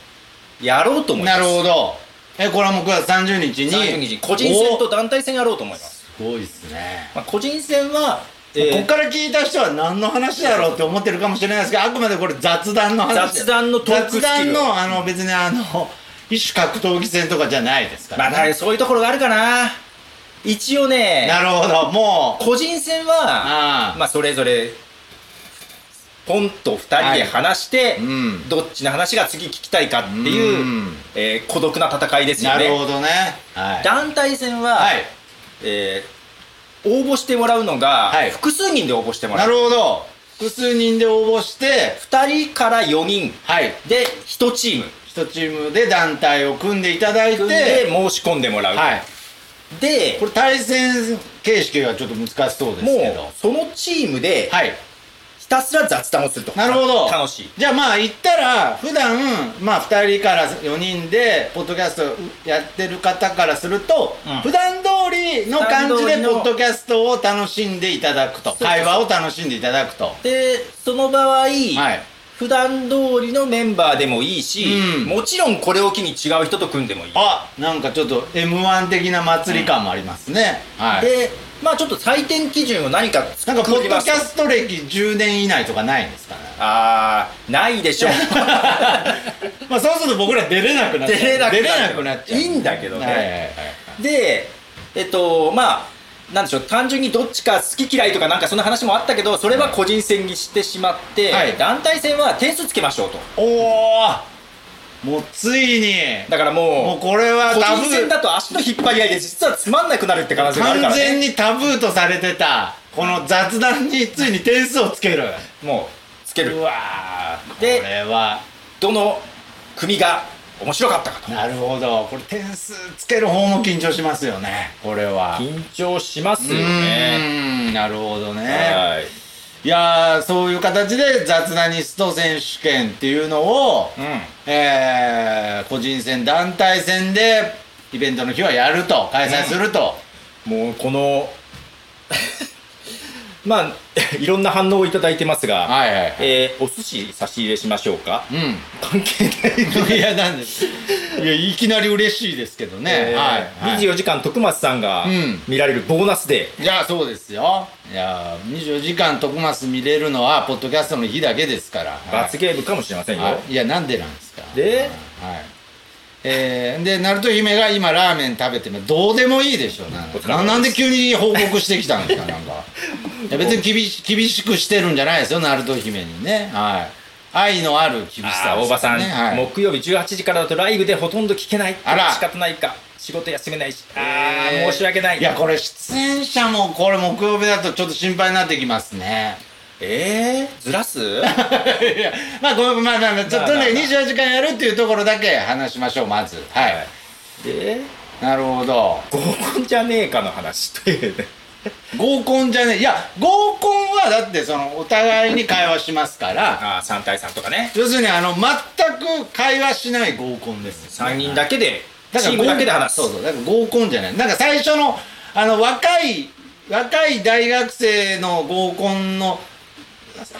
Speaker 2: やろうと思いま
Speaker 1: な
Speaker 2: す
Speaker 1: るほどえこれはもう9月30日に
Speaker 2: 30日個人戦と団体戦やろうと思いま
Speaker 1: お
Speaker 2: す、
Speaker 1: すごいですね、
Speaker 2: まあ、個人戦は、え
Speaker 1: こ
Speaker 2: ー
Speaker 1: こから聞いた人は何の話だろうって思ってるかもしれないですけどあくまでこれ雑談の話で
Speaker 2: 雑談のトークスキル
Speaker 1: 雑談のあの別にあの 一種格闘技戦とかじゃないですから、
Speaker 2: ま
Speaker 1: ね
Speaker 2: あ、そういうところがあるかな一応ね
Speaker 1: なるほどもう
Speaker 2: 個人戦は
Speaker 1: ああ
Speaker 2: まあそれぞれポンと2人で話して、
Speaker 1: うん
Speaker 2: どっちの話が次聞きたいかっていう、
Speaker 1: うん
Speaker 2: えー孤独な戦いですよ
Speaker 1: なる
Speaker 2: ね
Speaker 1: ほどねはい
Speaker 2: 団体戦は、
Speaker 1: はい
Speaker 2: えー応募してもらうのが、
Speaker 1: はい
Speaker 2: 複数人で応募してもら
Speaker 1: な
Speaker 2: う
Speaker 1: るほど複数人で応募して
Speaker 2: 2人から4人
Speaker 1: はい
Speaker 2: で1チーム
Speaker 1: 一チームで団体を組んでいただいて
Speaker 2: で申し込んでもらう、
Speaker 1: はい
Speaker 2: で
Speaker 1: これ対戦形式がちょっと難しそうです
Speaker 2: も
Speaker 1: けど
Speaker 2: うそのチームで
Speaker 1: はい
Speaker 2: ひたすら雑談をすると
Speaker 1: なるほど
Speaker 2: 楽しい
Speaker 1: じゃあまあ言ったら普段まあ2人から4人でポッドキャストやってる方からすると、
Speaker 2: うん
Speaker 1: 普段通りの感じ
Speaker 2: 普段
Speaker 1: で
Speaker 2: 通りの
Speaker 1: ポッドキャストを楽しんでいただくと
Speaker 2: そう
Speaker 1: 会話を楽しんでいただくと
Speaker 2: でその場合、
Speaker 1: はい
Speaker 2: 普段通りのメンバーでもいいし、
Speaker 1: うん
Speaker 2: もちろんこれを機に違う人と組んでもいい
Speaker 1: あなんかちょっと m 1的な祭り感もありますね、はい
Speaker 2: でまあちょっと採点基準を何か
Speaker 1: なんかポッドキャ
Speaker 2: ト
Speaker 1: スト歴10年以内とかないんですかね
Speaker 2: ああないでし ょう
Speaker 1: まあそうすると僕ら出れなくなっちゃう
Speaker 2: 出れなくな
Speaker 1: 出
Speaker 2: っ
Speaker 1: れなくなっちゃう
Speaker 2: いいんだけどね
Speaker 1: はいはいはい
Speaker 2: でえっとまあなんでしょう単純にどっちか好き嫌いとかなんかそんな話もあったけどそれは個人戦にしてしまって、
Speaker 1: はい
Speaker 2: 団体戦は点数つけましょうと
Speaker 1: おおもうついに
Speaker 2: だから
Speaker 1: もう
Speaker 2: もう
Speaker 1: これは
Speaker 2: 個
Speaker 1: タブ
Speaker 2: 人戦
Speaker 1: ー
Speaker 2: だと足の引っ張り合いで実はつまんなくなるって可能性があるか
Speaker 1: 完
Speaker 2: ら、ね、
Speaker 1: 全にタブーとされてたこの雑談についに点数をつける
Speaker 2: もうつけ
Speaker 1: う
Speaker 2: る
Speaker 1: わーこ
Speaker 2: で
Speaker 1: れは
Speaker 2: どの組が面白かったかと
Speaker 1: なるほどこれ点数つける方も緊張しますよねこれは
Speaker 2: 緊張します
Speaker 1: う
Speaker 2: よね
Speaker 1: ーんなるほどね
Speaker 2: はい
Speaker 1: いやーそういう形で雑談ニスト選手権っていうのを、
Speaker 2: うん
Speaker 1: えー個人戦団体戦でイベントの日はやると開催すると、
Speaker 2: もうこの まあ いろんな反応をいただいてますが、
Speaker 1: はいはいはい
Speaker 2: えーお寿司差し入れしましょうか
Speaker 1: うん
Speaker 2: 関係な い
Speaker 1: いや、なんです。いや、いきなり嬉しいですけどね。
Speaker 2: えー
Speaker 1: はい。はい
Speaker 2: 24時間徳松さんが
Speaker 1: うん
Speaker 2: 見られるボーナスデ
Speaker 1: いや、そうですよ。いや、24時間徳マス見れるのは、ポッドキャストの日だけですから。
Speaker 2: ー罰ゲームかもしれません
Speaker 1: い
Speaker 2: よ、
Speaker 1: はいいや、なんでなんですか。
Speaker 2: で
Speaker 1: はい。えーで、ナルト姫が今ラーメン食べてもどうでもいいでしょなん
Speaker 2: お疲れ
Speaker 1: かな
Speaker 2: 様です
Speaker 1: なんで急に報告してきたんですかなん かいや別に厳し厳しくしてるんじゃないですよナルト姫にねはい愛のある厳し
Speaker 2: あ
Speaker 1: さ
Speaker 2: あ
Speaker 1: ですよね
Speaker 2: 大場さん、
Speaker 1: はい、
Speaker 2: 木曜日18時からだとライブでほとんど聞けない
Speaker 1: あら
Speaker 2: 仕方ないか仕事休めないしああ、
Speaker 1: えー
Speaker 2: 申し訳ない
Speaker 1: いやこれ出演者もこれ木曜日だとちょっと心配になってきますね
Speaker 2: えー、ずらす
Speaker 1: いやまあごめんまあまあまあちょっと
Speaker 2: まあまあ
Speaker 1: ね
Speaker 2: まあ
Speaker 1: 24時間やるっていうところだけ話しましょうまずはい、
Speaker 2: で
Speaker 1: なるほど
Speaker 2: 合コンじゃねえかの話というね
Speaker 1: 合コンじゃねえいや合コンはだってそのお互いに会話しますから
Speaker 2: ああ3対3とかね
Speaker 1: 要するにあの全く会話しない合コンです
Speaker 2: 3人だけで
Speaker 1: だから
Speaker 2: チームだけで話す
Speaker 1: そうそうだから合コンじゃないなんか最初のあの若い若い大学生の合コンの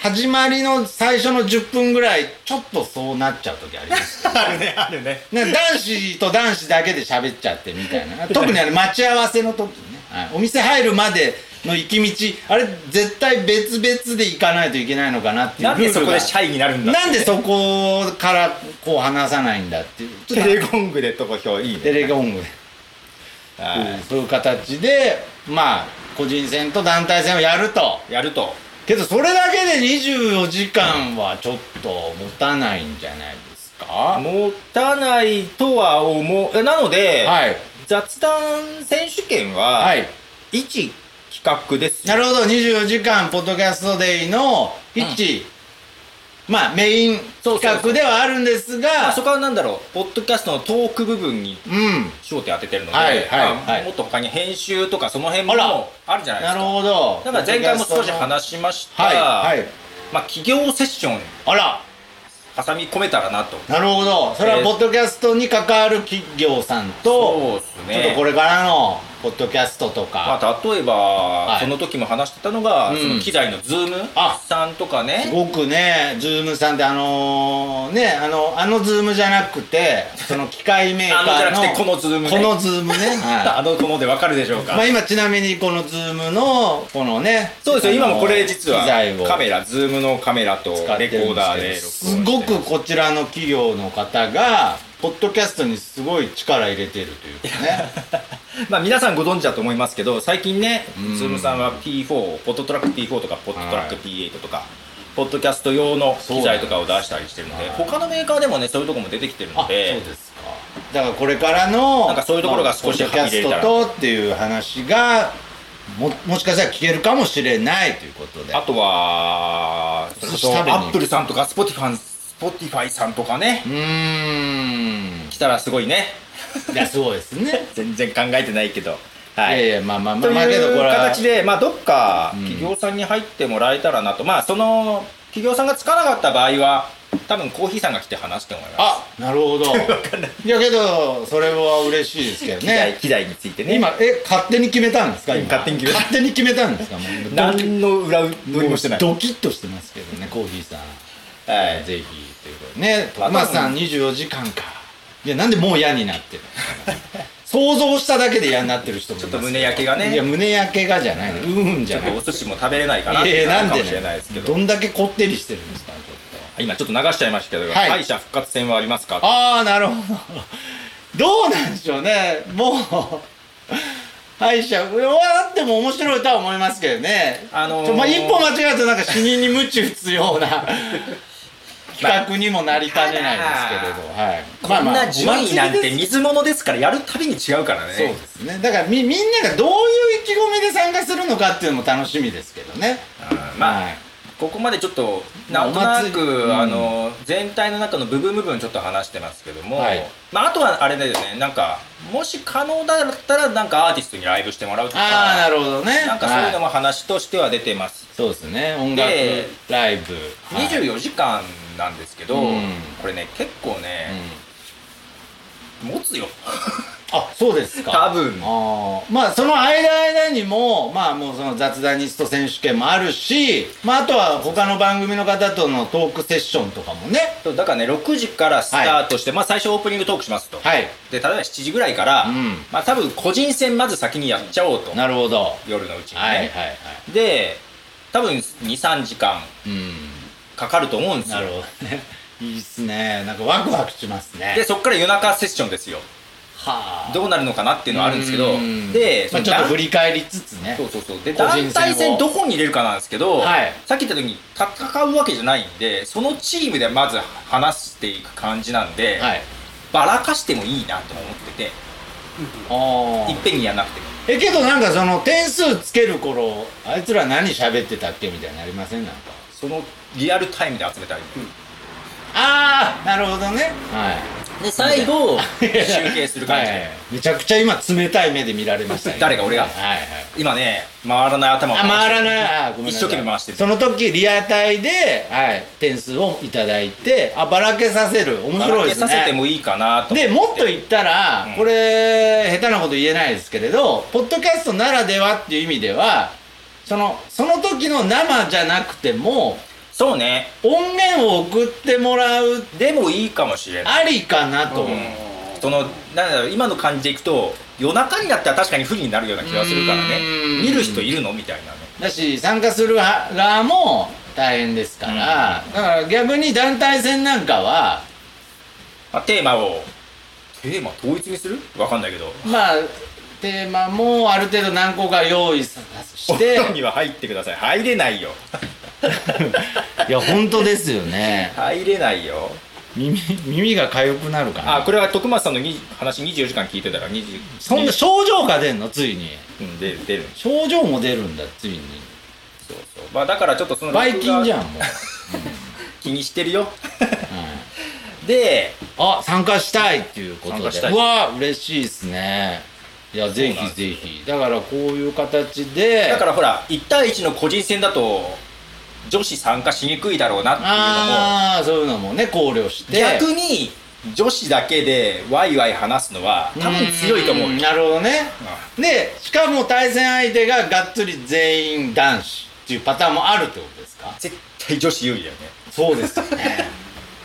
Speaker 1: 始まりの最初の10分ぐらいちょっとそうなっちゃう時あります
Speaker 2: あるねあるね
Speaker 1: なんか男子と男子だけで喋っちゃってみたい な特にあの待ち合わせの時にね、はい、お店入るまでの行き道あれ絶対別々で行かないといけないのかなっていう
Speaker 2: なんで
Speaker 1: ルール
Speaker 2: そ
Speaker 1: が
Speaker 2: こでシャイになるんだ
Speaker 1: なんでそこからこう話さないんだっていうちょっ
Speaker 2: テ
Speaker 1: と
Speaker 2: レゴングで投票いいね
Speaker 1: テレビ音楽
Speaker 2: は
Speaker 1: そういう形でまあ個人戦と団体戦をやると
Speaker 2: いやると
Speaker 1: けどそれだけで24時間はちょっと持たないんじゃないですか、
Speaker 2: 持たないとは思うえなので、
Speaker 1: はい
Speaker 2: 雑談選手権
Speaker 1: は
Speaker 2: はい一企画ですよ
Speaker 1: なるほど24時間ポッドキャストデイの1、まあメイン
Speaker 2: そう
Speaker 1: 企
Speaker 2: そうそ
Speaker 1: 画
Speaker 2: う
Speaker 1: ではあるんです
Speaker 2: ま
Speaker 1: が
Speaker 2: あそこはなんだろうポッドキャストのトーク部分に
Speaker 1: うん
Speaker 2: 焦点当ててるので、
Speaker 1: はいはい
Speaker 2: まあ
Speaker 1: はい
Speaker 2: もっと他に編集とかその辺
Speaker 1: あ
Speaker 2: も
Speaker 1: ら
Speaker 2: あるじゃないです
Speaker 1: な
Speaker 2: か
Speaker 1: るほど
Speaker 2: だから前回も少し
Speaker 1: し
Speaker 2: 話しました、
Speaker 1: はいはい
Speaker 2: まあ、企業セッション
Speaker 1: あら
Speaker 2: 挟み込めたらなと
Speaker 1: なるほどそれは
Speaker 2: えー
Speaker 1: ポッドキャストに関わる企業さんと、
Speaker 2: うです
Speaker 1: ちょっとこれからのポッドキャストとか、
Speaker 2: まあ、例えば、
Speaker 1: い
Speaker 2: その時も話してたのが、
Speaker 1: うん
Speaker 2: その機材のズーム
Speaker 1: あ
Speaker 2: さんとか
Speaker 1: す
Speaker 2: ね
Speaker 1: ごくねズームさんってあのーねあのあのズームじゃなくてその機械メーカーの
Speaker 2: あのじゃなくてこの Zoom ね
Speaker 1: このズームね、 は
Speaker 2: あのこのでわかるでしょう
Speaker 1: い、
Speaker 2: か、
Speaker 1: まあ今ちなみにこのズームのこのね
Speaker 2: そうですよ
Speaker 1: あ
Speaker 2: 今
Speaker 1: の
Speaker 2: もこれ実は
Speaker 1: 機材を
Speaker 2: カメラズームのカメラと
Speaker 1: 使って
Speaker 2: レ
Speaker 1: るんですけど
Speaker 2: コーダーです
Speaker 1: ごくこちらの企業の方がポッドキャストにすごい力入れてるというか ね
Speaker 2: まあ皆さんご存知だと思いますけど最近ね
Speaker 1: うん
Speaker 2: ズームさんは P4 ポットトラック P4 とかポットトラック P8 とか、ポッドキャスト用の機材とかを出したりしてるの
Speaker 1: そ
Speaker 2: で
Speaker 1: うなんです
Speaker 2: 他のメーカーでもねそういうとこも出てきてる
Speaker 1: あ
Speaker 2: の
Speaker 1: そう
Speaker 2: で
Speaker 1: ですかだからこれからの
Speaker 2: なんかそういうところが少し
Speaker 1: まあポッドキャストとっていう話がももしかしたら聞けるかもしれないということで
Speaker 2: あとはそれこ
Speaker 1: 寿司食べに
Speaker 2: そアップルさんとかスポティファンスポティファイさんとかね
Speaker 1: うーん
Speaker 2: 来たらすごいね
Speaker 1: いやすごいですね
Speaker 2: 全然考えてないけど はい
Speaker 1: やい
Speaker 2: い
Speaker 1: やまあまあま
Speaker 2: と
Speaker 1: あまあけど
Speaker 2: い
Speaker 1: これ
Speaker 2: う
Speaker 1: は
Speaker 2: 形で、まあ、どっか
Speaker 1: うん
Speaker 2: 企業さんに入ってもらえたらなと、まあその企業さんがつかなかった場合は多分コーヒーさんが来て話してもらいます
Speaker 1: あなる ほどいやけどそれは嬉しいですけど
Speaker 2: 機材
Speaker 1: ね
Speaker 2: 機材についてね
Speaker 1: 今え勝手に決めたんですか今
Speaker 2: 勝手に決めた
Speaker 1: 勝手に決めたんですかも う
Speaker 2: 何の裏取りもしてない
Speaker 1: ドキッとしてますけどねコーヒーさん
Speaker 2: はい
Speaker 1: ぜひということでね徳松さん24時間かいやなんでもう嫌になってる 想像しただけで嫌になってる人もいます
Speaker 2: ちょっと胸焼けがね
Speaker 1: いや胸焼けがじゃないのうんうんじ
Speaker 2: ちょ
Speaker 1: ゃ
Speaker 2: っ
Speaker 1: ない
Speaker 2: とお寿司も食べれないかなっ
Speaker 1: え
Speaker 2: て
Speaker 1: え
Speaker 2: な
Speaker 1: な
Speaker 2: る
Speaker 1: ん
Speaker 2: か
Speaker 1: で
Speaker 2: もしれないですけ
Speaker 1: ね
Speaker 2: ど
Speaker 1: どんだけこってりしてるんですかちょっと
Speaker 2: 今ちょっと流しちゃいましたけど、
Speaker 1: はい
Speaker 2: 敗者復活戦はありますか
Speaker 1: ああなるほどどうなんでしょうねもう敗者終わっても面白いとは思いますけどね
Speaker 2: あのー
Speaker 1: ちょまあ、一歩間違えるとなんか死人に鞭打つよう な企画にもなりかねないですけれど、はい、
Speaker 2: こんな順位なん
Speaker 1: お祭
Speaker 2: て
Speaker 1: りです
Speaker 2: 水物ですからやるたびに違うからね
Speaker 1: そうですねだからみみんながどういう意気込みで参加するのかっていうのも楽しみですけどね
Speaker 2: うんまあ、
Speaker 1: はい
Speaker 2: ここまでちょっと
Speaker 1: まあ
Speaker 2: なんとな
Speaker 1: お祭り
Speaker 2: く、
Speaker 1: うん
Speaker 2: あの全体の中の部分部分ちょっと話してますけども、
Speaker 1: はい
Speaker 2: まあ、あとはあれだよねなんかもし可能だったらなんかアーティストにライブしてもらうと
Speaker 1: ああな
Speaker 2: か
Speaker 1: るほどね
Speaker 2: なんかそういうの
Speaker 1: はい
Speaker 2: も話としては出てます、
Speaker 1: そうですね音楽
Speaker 2: で
Speaker 1: ライブ、はい
Speaker 2: 24時間なんですけど、
Speaker 1: うん
Speaker 2: これね結構ね、
Speaker 1: うん
Speaker 2: 持つよ
Speaker 1: あそうですか
Speaker 2: 多分
Speaker 1: あーまあその間間にもまあもうその雑談ニスト選手権もあるしまああとは他の番組の方とのトークセッションとかもね
Speaker 2: だからね6時からスタートして、まあ最初オープニングトークしますと、
Speaker 1: はい
Speaker 2: で例えば7時ぐらいから、
Speaker 1: うん
Speaker 2: まあ多分個人戦まず先にやっちゃおうと
Speaker 1: なるほどは
Speaker 2: 夜のうち
Speaker 1: い
Speaker 2: にね、
Speaker 1: はいはい
Speaker 2: で多分23時間
Speaker 1: うん
Speaker 2: かかると思うんです
Speaker 1: なる
Speaker 2: よ
Speaker 1: ほどね いいっすねなんかワクワクしますね
Speaker 2: でそっから夜中セッションですよ
Speaker 1: はあ
Speaker 2: どうなるのかなっていうのはあるんですけど
Speaker 1: うん
Speaker 2: で、
Speaker 1: まあ、
Speaker 2: その
Speaker 1: ちょっと振り返りつつね
Speaker 2: そうそうそうで
Speaker 1: 個人戦を
Speaker 2: 団体戦どこに入れるかなんですけど、
Speaker 1: はい
Speaker 2: さっき言った時に戦うわけじゃないんでそのチームでまず話していく感じなんで、
Speaker 1: はい
Speaker 2: ばらかしてもいいなとも思ってて
Speaker 1: あ
Speaker 2: いっぺんにやらなくても
Speaker 1: えけどなんかその点数つける頃あいつら何喋ってたっけみたいになりませんなんか
Speaker 2: そのリアルタイムで集めたり
Speaker 1: ああなるほどねはい
Speaker 2: で最後集
Speaker 1: いや
Speaker 2: 計する感じ
Speaker 1: はいはいめちゃくちゃ今冷たい目で見られましたね
Speaker 2: 誰が俺が
Speaker 1: はいはい
Speaker 2: 今ね回らない頭を
Speaker 1: あ回らないあーごめんなさ
Speaker 2: 一
Speaker 1: い
Speaker 2: 生懸命回してる
Speaker 1: その時リアタイで、はい、点数をいただいてあばらけさせる面
Speaker 2: ば
Speaker 1: 白
Speaker 2: ら
Speaker 1: い
Speaker 2: け
Speaker 1: ですね
Speaker 2: させてもいいかなと思
Speaker 1: でもっと
Speaker 2: い
Speaker 1: 言ったら、
Speaker 2: うん
Speaker 1: これ下手なこと言えないですけれどポッドキャストならではっていう意味ではそのその時の生じゃなくても
Speaker 2: そうね
Speaker 1: 音源を送ってもらう
Speaker 2: でもいいかもしれない
Speaker 1: ありかなと思う、
Speaker 2: うんそのなんだろう今の感じでいくと夜中になったら確かに不利になるような気がするからね
Speaker 1: うん
Speaker 2: 見る人いるのみたいなね
Speaker 1: だし参加する側も大変ですから、だから逆に団体戦なんかは
Speaker 2: まあテーマをテーマ統一にするわかんないけど
Speaker 1: まあテーマもある程度何個か用意さし
Speaker 2: で
Speaker 1: て
Speaker 2: には入ってください入れないよ
Speaker 1: いや本当ですよね
Speaker 2: 入れないよ
Speaker 1: 耳耳が痒くなるか
Speaker 2: あ
Speaker 1: な
Speaker 2: これは徳松さんのに話24時間聞いてたら20
Speaker 1: そんな症状が出んのついに
Speaker 2: うん出る出る
Speaker 1: 症状も出るんだついに
Speaker 2: そうそうまあだからちょっとその
Speaker 1: バイキンじゃ
Speaker 2: ん
Speaker 1: んもう、
Speaker 2: 気にしてるよ
Speaker 1: はい
Speaker 2: で
Speaker 1: あ参加したいっていうこと
Speaker 2: 参加し
Speaker 1: で
Speaker 2: たいう
Speaker 1: わ嬉しいですねいやぜ
Speaker 2: そうな
Speaker 1: ひ
Speaker 2: んですよ
Speaker 1: ぜひだからこういう形で
Speaker 2: だからほら1対1の個人戦だと女子参加しにくいだろうなっていうのも
Speaker 1: ああそういうのもね考慮して
Speaker 2: 逆に女子だけでワイワイ話すのは多分強いと思うよ
Speaker 1: んなるほどねでしかも対戦相手ががっつり全員男子っていうパターンもあるってことですか
Speaker 2: 絶対女子有利だよね
Speaker 1: そうですよね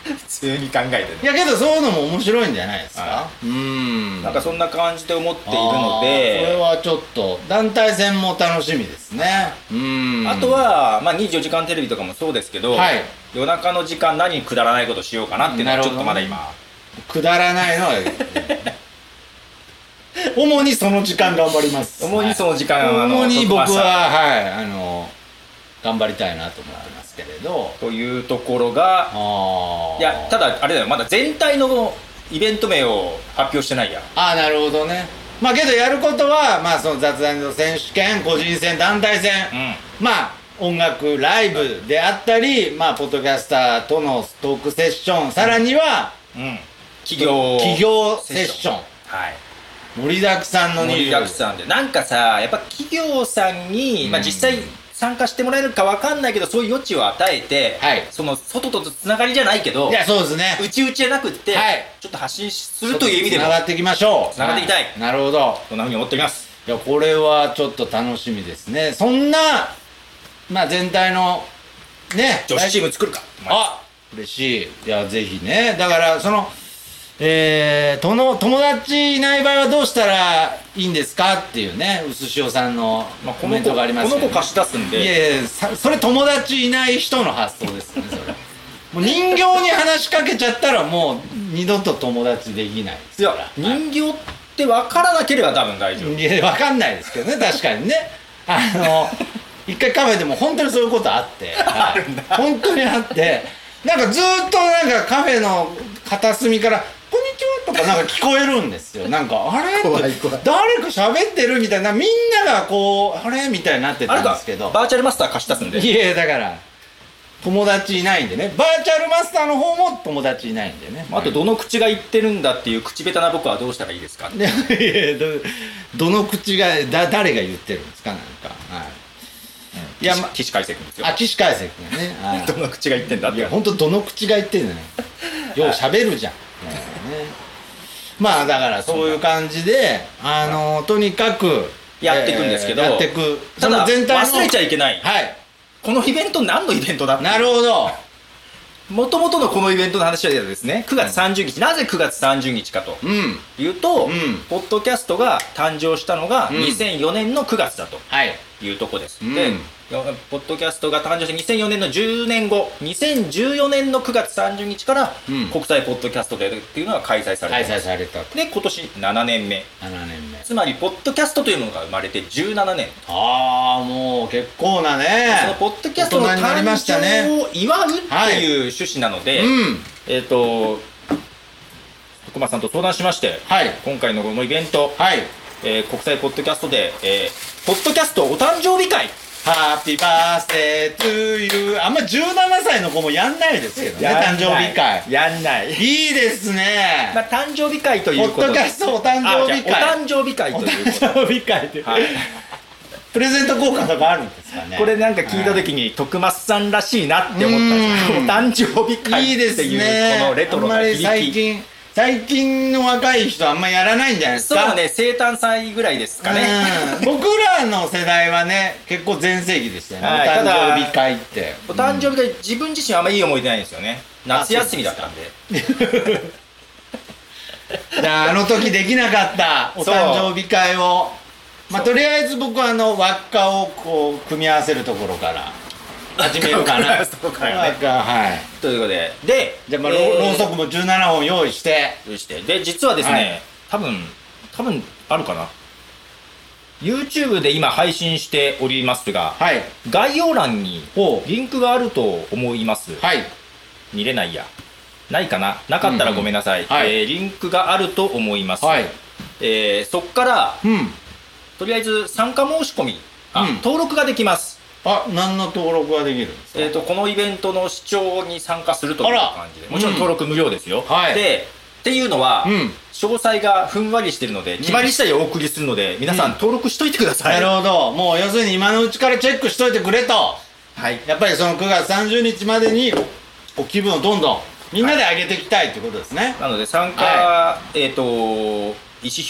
Speaker 2: 普通に考えて
Speaker 1: い
Speaker 2: ね
Speaker 1: やけどそういうのも面白いんじゃないですか
Speaker 2: は
Speaker 1: うん
Speaker 2: なんかそんな感じで思っている
Speaker 1: あ
Speaker 2: の
Speaker 1: ーそれ
Speaker 2: で
Speaker 1: はちょっと団体戦も楽しみですねうん
Speaker 2: あとは、まあ、24時間テレビとかもそうですけど、
Speaker 1: はい
Speaker 2: 夜中の時間何くだらないことしようかなっていう
Speaker 1: な
Speaker 2: のは
Speaker 1: る
Speaker 2: ち
Speaker 1: ほ
Speaker 2: ょ
Speaker 1: ど
Speaker 2: っとまだ今
Speaker 1: くだらないのは 主にその時間頑張ります
Speaker 2: 主にその時間
Speaker 1: はい
Speaker 2: あの
Speaker 1: 主に僕
Speaker 2: 特番
Speaker 1: は
Speaker 2: さ
Speaker 1: はいあの頑張りたいなと思ってますけれど
Speaker 2: というところが
Speaker 1: ああ
Speaker 2: いやただあれだよまだ全体のイベント名を発表してないや
Speaker 1: ああなるほどねまあけどやることはまあその雑談の選手権個人戦団体戦、
Speaker 2: うん
Speaker 1: まあ音楽ライブであったりまあポッドキャスターとのトークセッションさらには
Speaker 2: うん企業
Speaker 1: 企業セッション
Speaker 2: はい
Speaker 1: 盛りだくさんの
Speaker 2: 盛りだく
Speaker 1: ん
Speaker 2: さんでなんかさやっぱ企業さんに、まあ、
Speaker 1: うん
Speaker 2: 実際参加してもらえるかわかんないけどそういう余地を与えて、
Speaker 1: はい
Speaker 2: その外とつながりじゃないけど
Speaker 1: いやそうですね
Speaker 2: 内々じゃなくって、
Speaker 1: はい
Speaker 2: ちょっと発信するという意味で
Speaker 1: つ
Speaker 2: も
Speaker 1: ながっていきましょう
Speaker 2: つながっていきたい
Speaker 1: なるほど
Speaker 2: こんなふうに思っております
Speaker 1: いやこれはちょっと楽しみですねそんなまあ全体のね
Speaker 2: 女子チーム作るか
Speaker 1: あ嬉しいいやぜひねだからそのえー、との友達いない場合はどうしたらいいんですかっていうねうすしおさんの
Speaker 2: まあ、
Speaker 1: コ
Speaker 2: この
Speaker 1: メン
Speaker 2: 子
Speaker 1: トがあります
Speaker 2: こ
Speaker 1: けど
Speaker 2: の子貸し出すん
Speaker 1: い
Speaker 2: で
Speaker 1: やいやさそれ友達いない人の発想ですよねそれもう人形に話しかけちゃったらもう二度と友達できないです
Speaker 2: いや
Speaker 1: から
Speaker 2: 人形って分からなければ多分大丈夫、
Speaker 1: いやわかんないですけどね確かにねあの一回カフェでも本当にそういうことあって、はい本当にあってなんかずーっとなんかカフェの片隅から「こんにちは」とかなんか聞こえるんですよなんか「あれ?」って
Speaker 2: 怖い怖い
Speaker 1: 誰か喋ってるみたいなみんながこう「あれ?」みたいになって
Speaker 2: あ
Speaker 1: た
Speaker 2: れ
Speaker 1: んで
Speaker 2: か
Speaker 1: すけど
Speaker 2: バーチャルマスター貸し出すんで
Speaker 1: いやだから友達いないんでねバーチャルマスターの方も友達いないんでね
Speaker 2: あとどの口が言ってるんだっていう口下手な僕はどうしたらいいですか
Speaker 1: いやいやどどの口がだ誰が言ってるんですかなんかはい、いやま
Speaker 2: 岸海星君ですよ
Speaker 1: あ岸海瀬君ねはい
Speaker 2: どの口が言ってんだっ
Speaker 1: い
Speaker 2: て
Speaker 1: や本当どの口が言ってんのよよう喋るじゃん、ねまあだからそういう感じであのとにかく
Speaker 2: やっていくんですけど
Speaker 1: えーやっていく
Speaker 2: ただ
Speaker 1: その
Speaker 2: 忘れちゃいけない
Speaker 1: はい
Speaker 2: このイベント何のイベントだ
Speaker 1: なるほど
Speaker 2: もともとのこのイベントの話はですね9月30日なぜ9月30日かと
Speaker 1: うん
Speaker 2: いうと、
Speaker 1: うん
Speaker 2: ポッドキャストが誕生したのが
Speaker 1: ん
Speaker 2: 2004年の9月だと
Speaker 1: はい
Speaker 2: いうとこです、
Speaker 1: うん
Speaker 2: でよポッドキャストが誕生して2004年の10年後2014年の9月30日から
Speaker 1: うん
Speaker 2: 国際ポッドキャストデーっていうのが開催され
Speaker 1: 開
Speaker 2: てま
Speaker 1: 催された
Speaker 2: すで今年7年目
Speaker 1: 7年目
Speaker 2: つまりポッドキャストというものが生まれて17年
Speaker 1: ああもう結構な
Speaker 2: その
Speaker 1: ね
Speaker 2: ポッドキャストの
Speaker 1: 大人になりま
Speaker 2: 誕
Speaker 1: したね
Speaker 2: 生を祝うっていう趣旨なので、
Speaker 1: うん
Speaker 2: えっ、と徳間さんと相談しまして、
Speaker 1: はい
Speaker 2: 今回のこのイベント、
Speaker 1: はい
Speaker 2: えー国際ポッドキャストで、えーポッドキャストお誕生日会
Speaker 1: ハッピーバースデートゥーユーあんま17歳の子もやんないですけどね誕生日会
Speaker 2: やんない、
Speaker 1: いいですね
Speaker 2: まあ、誕生日会と
Speaker 1: ポ
Speaker 2: いう
Speaker 1: ッ
Speaker 2: こと
Speaker 1: ド
Speaker 2: で
Speaker 1: キャストお誕
Speaker 2: あ
Speaker 1: 生日
Speaker 2: じゃあ
Speaker 1: 会
Speaker 2: お誕生日会ということ
Speaker 1: 誕生日会って、
Speaker 2: で、はい
Speaker 1: プレゼント交換とかあるんですかね
Speaker 2: これなんか聞いた時に徳松さんらしいなって思ったんですよ
Speaker 1: う
Speaker 2: お
Speaker 1: ん
Speaker 2: 誕生日
Speaker 1: はいい
Speaker 2: 会
Speaker 1: い
Speaker 2: っ
Speaker 1: です
Speaker 2: ていう
Speaker 1: ね
Speaker 2: このレトロ
Speaker 1: あんま
Speaker 2: な
Speaker 1: り最
Speaker 2: 響き
Speaker 1: 近最近の若い人あんまやらないんじゃないです
Speaker 2: そう
Speaker 1: か
Speaker 2: だね生誕祭ぐらいですかね、
Speaker 1: うん僕らの世代はね結構全盛期でしたよね、
Speaker 2: はい
Speaker 1: お
Speaker 2: ただ
Speaker 1: 誕生日会って
Speaker 2: お誕生日会、自分自身はあんまいい思い出ないんですよね夏休みだったんで
Speaker 1: いやあの時できなかったお
Speaker 2: そう
Speaker 1: 誕生日会をまあ
Speaker 2: そ
Speaker 1: とりあえず僕はあの輪っかをこう組み合わせるところから始めようかな
Speaker 2: 輪っ かを組み合わせるところから
Speaker 1: 輪
Speaker 2: ね
Speaker 1: っかはい
Speaker 2: ということでで
Speaker 1: じゃあまあ、
Speaker 2: え
Speaker 1: ろ
Speaker 2: ー
Speaker 1: うろうそくも17本用意して
Speaker 2: そしてで実はですね、
Speaker 1: はい
Speaker 2: 多分多分あるかな YouTube で今配信しておりますが、
Speaker 1: はい
Speaker 2: 概要欄に
Speaker 1: おう
Speaker 2: リンクがあると思います、
Speaker 1: はい
Speaker 2: 見れないやないかななかったらごめんなさ
Speaker 1: ん
Speaker 2: い、
Speaker 1: はい
Speaker 2: えーリンクがあると思います、
Speaker 1: はい
Speaker 2: えーそっから
Speaker 1: うん
Speaker 2: とりあえず参加申し込みあ、
Speaker 1: うん
Speaker 2: 登録ができます
Speaker 1: あ何の登録ができるんですか、
Speaker 2: えー、とこのイベントの視聴に参加するとい
Speaker 1: あ
Speaker 2: う
Speaker 1: ら
Speaker 2: 感じでもちろん登録無料ですよ、
Speaker 1: はい
Speaker 2: でっていうのは、
Speaker 1: うん
Speaker 2: 詳細がふんわりしてるので決まり次第お送りするので、皆さ
Speaker 1: うん
Speaker 2: ん登録しといてください、
Speaker 1: なるほどもう要するに今のうちからチェックしといてくれと
Speaker 2: はい
Speaker 1: やっぱりその9月30日までにこう気分をどんどんみんなで上げていきたいということですね、
Speaker 2: なので参加、
Speaker 1: は
Speaker 2: えっ、と意思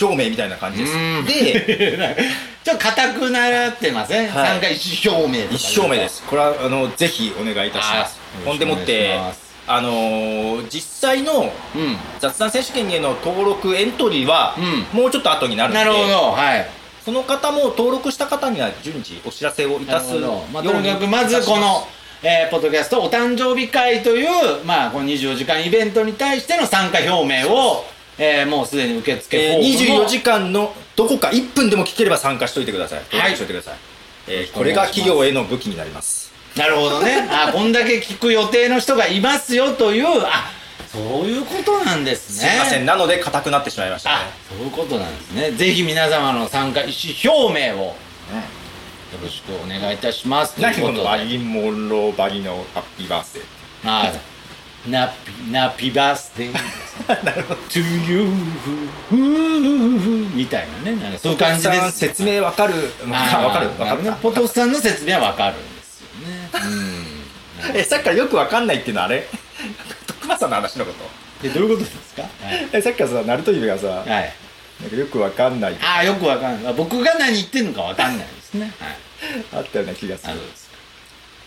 Speaker 2: 表明みたいな感じです
Speaker 1: うーん
Speaker 2: で
Speaker 1: ちょっと硬くなってません、
Speaker 2: はい
Speaker 1: 参加意思表明とか
Speaker 2: 一生目ですこれはあのぜひお願いいたします
Speaker 1: はい
Speaker 2: ほんでもっ
Speaker 1: よろしくお
Speaker 2: て
Speaker 1: 願いします
Speaker 2: あのー実際の
Speaker 1: う
Speaker 2: 雑談選手権への登録エントリーは、
Speaker 1: う
Speaker 2: もうちょっと後にな
Speaker 1: ん
Speaker 2: るので
Speaker 1: なるほどはい
Speaker 2: その方も登録した方には順次お知らせをい
Speaker 1: な
Speaker 2: た
Speaker 1: る
Speaker 2: す
Speaker 1: ほど、まあ、
Speaker 2: よ
Speaker 1: と
Speaker 2: う
Speaker 1: に
Speaker 2: に
Speaker 1: かくまずこ
Speaker 2: いたし
Speaker 1: の、えーポッドキャストお誕生日会という、まあ、この24時間イベントに対しての参加表明を、えーもうすでに受付
Speaker 2: え
Speaker 1: フォ
Speaker 2: ー、
Speaker 1: ームも
Speaker 2: 24時間のどこか1分でも聞ければ参加しといてください。登録しといてください。えーこれが企業への武器になります。
Speaker 1: なるほど ねあこんだけ聞く予定の人がいますよというあそういうことなんです
Speaker 2: す
Speaker 1: ね
Speaker 2: いません、なので硬くなってしまいましたね
Speaker 1: あ。そういうことなんですねぜひ皆様の参加意思表明をよろしくお願いいたしますという
Speaker 2: 何
Speaker 1: こ
Speaker 2: こと
Speaker 1: で
Speaker 2: のバリン・モンローバリのハッピーバースデ
Speaker 1: はいナピナピバースデー
Speaker 2: ー。なるほど。
Speaker 1: to you ふーふーみたいなねなんかそういう感じです
Speaker 2: 説明わかる。
Speaker 1: あー
Speaker 2: わかる。
Speaker 1: な
Speaker 2: わ
Speaker 1: る
Speaker 2: かる
Speaker 1: ほどね。ポトフさんの説明はわかるんですよね
Speaker 2: え、さっきからよくわかんないっていうのはあれ 徳間さんの話のこと。
Speaker 1: でどういうことですかはい、
Speaker 2: え、さっきからさ、ナルトイベがさ、
Speaker 1: はい、
Speaker 2: なんかよくわかんない。
Speaker 1: ああよくわかんない僕が何言ってんのかわかんないですねはい
Speaker 2: あったような気がす
Speaker 1: あ
Speaker 2: る
Speaker 1: そ。うです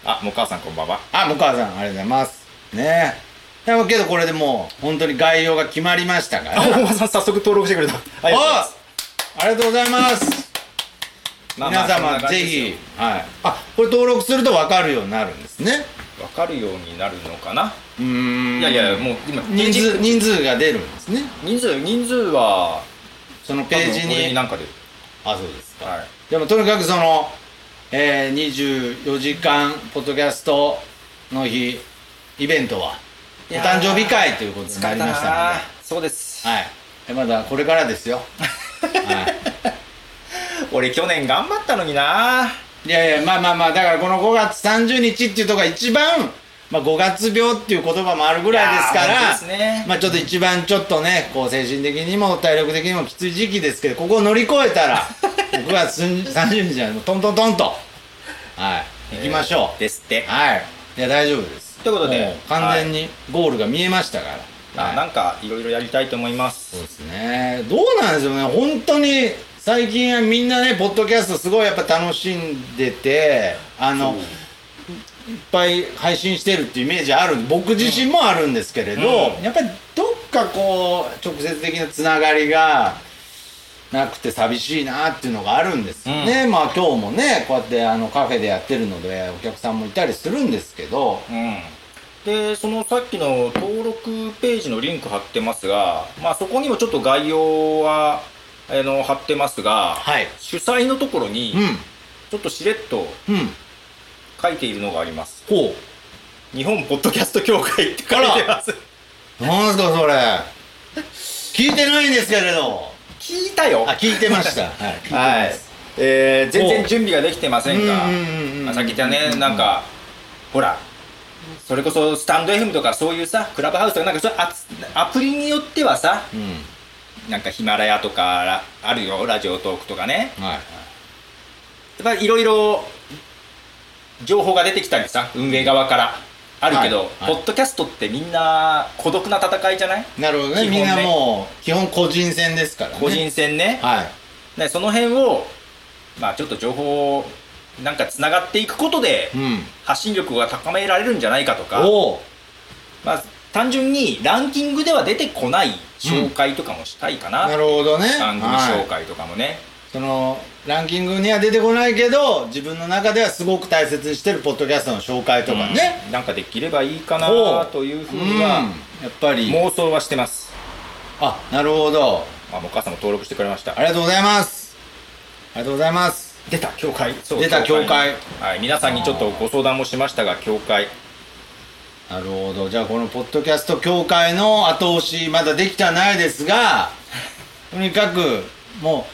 Speaker 2: あ、もう母さんこんばんは。
Speaker 1: あ、向川さん、ありがとうございます。ねえ。でもけどこれでもう、本当に概要が決まりましたから。
Speaker 2: あ、
Speaker 1: お
Speaker 2: おばさん早速登録してくれた。ありがとうございます。
Speaker 1: ありがとうございます。
Speaker 2: まあまあそん
Speaker 1: 皆
Speaker 2: な
Speaker 1: 様、
Speaker 2: 感じ
Speaker 1: ぜ
Speaker 2: ですよ
Speaker 1: ひ、はい。あ、これ登録すると分かるようになるんですね。
Speaker 2: わかるようになるのかな、
Speaker 1: うーん。
Speaker 2: いやいやもう今
Speaker 1: 人数、人数が出るんですね。
Speaker 2: 人数人数は
Speaker 1: そのページ
Speaker 2: 多分俺
Speaker 1: に。
Speaker 2: なんかで
Speaker 1: あ、そうですか。
Speaker 2: はい
Speaker 1: でもとにかくその、えー、24時間ポッドキャストの日、イベントは、お
Speaker 2: いや
Speaker 1: 誕
Speaker 2: ー
Speaker 1: 生日会ということになりましたので。
Speaker 2: そうです
Speaker 1: はい。えまだこれからです よ。は。
Speaker 2: 俺去年頑張ったのにない
Speaker 1: いやいや、まあまあまあ、だからこの5月30日っていうとこが一番、まあ5月病っていう言葉もあるぐらいですか
Speaker 2: いやー
Speaker 1: ら、
Speaker 2: 本当ですね
Speaker 1: まあちょっと一番ちょっとね、こう精神的にも体力的にもきつい時期ですけど、ここを乗り越えたら、5月30日はもうトントントンと、はい、行きましょう。
Speaker 2: ですって
Speaker 1: はい。いや、大丈夫です。
Speaker 2: ということで
Speaker 1: も完全にゴールが見えましたから。
Speaker 2: ななんかいろいろやりたいと思います
Speaker 1: そうですね。どうなんですよね。本当に最近はみんなね、ポッドキャストすごいやっぱ楽しんでて、あの、いっぱい配信してるっていうイメージある僕自身もあるんですけれど、
Speaker 2: うん
Speaker 1: やっぱりどっかこう直接的なつながりがなくて寂しいなっていうのがあるんですよね、まあ今日もねこうやってあのカフェでやってるのでお客さんもいたりするんですけど
Speaker 2: うん、でそのさっきの登録ページのリンク貼ってますが、まあ、そこにもちょっと概要はあの貼ってますが、
Speaker 1: はい
Speaker 2: 主催のところに
Speaker 1: う
Speaker 2: ちょっとしれっと
Speaker 1: んうん
Speaker 2: 書いているのがあります
Speaker 1: ほ
Speaker 2: 日本ポッドキャスト協会って書いてます
Speaker 1: うなんすかそれ聞いてないんですけれど
Speaker 2: 聞いたよ
Speaker 1: あ聞いてま した
Speaker 2: は
Speaker 1: はい
Speaker 2: い、えー全然
Speaker 1: お
Speaker 2: 準備ができてませんが、
Speaker 1: うんうんうんうん
Speaker 2: まあさっき言ったね、なんかほらそれこそスタンド FM とかそういうさクラブハウスとかなんかそういうアツアプリによってはさ
Speaker 1: うん
Speaker 2: なんかヒマラヤとかラあるよラジオトークとかね
Speaker 1: はい
Speaker 2: やっぱりいろいろ情報が出てきたりさ運営側からあるけど、
Speaker 1: はいはい
Speaker 2: ポッドキャストってみんな孤独な戦いじゃない
Speaker 1: なるほどね
Speaker 2: 基本
Speaker 1: み
Speaker 2: ね
Speaker 1: んなもう基本個人戦ですからね
Speaker 2: 個人戦ね
Speaker 1: はい
Speaker 2: ねその辺をまあちょっと情報をなんかつながっていくことで
Speaker 1: うん
Speaker 2: 発信力が高められるんじゃないかとか、
Speaker 1: おお
Speaker 2: まあ、単純にランキングでは出てこない紹介とかもしたいかな、
Speaker 1: なるほどね
Speaker 2: 番組
Speaker 1: はい
Speaker 2: 紹介とかもね、
Speaker 1: そのランキングには出てこないけど自分の中ではすごく大切にしてるポッドキャストの紹介とかね、
Speaker 2: うんなんかできればいいか
Speaker 1: お
Speaker 2: な
Speaker 1: う
Speaker 2: というふ
Speaker 1: う
Speaker 2: うんには
Speaker 1: やっぱり
Speaker 2: 妄想はしてます、
Speaker 1: あなるほど
Speaker 2: まあ、お母さんも登録してくれました
Speaker 1: ありがとうございますありがとうございます
Speaker 2: 出た教会そう
Speaker 1: 出た教会
Speaker 2: はい、皆さんにちょっとご相談もしましたが教会
Speaker 1: なるほどじゃあこのポッドキャスト協会の後押しまだできてはないですがとにかくも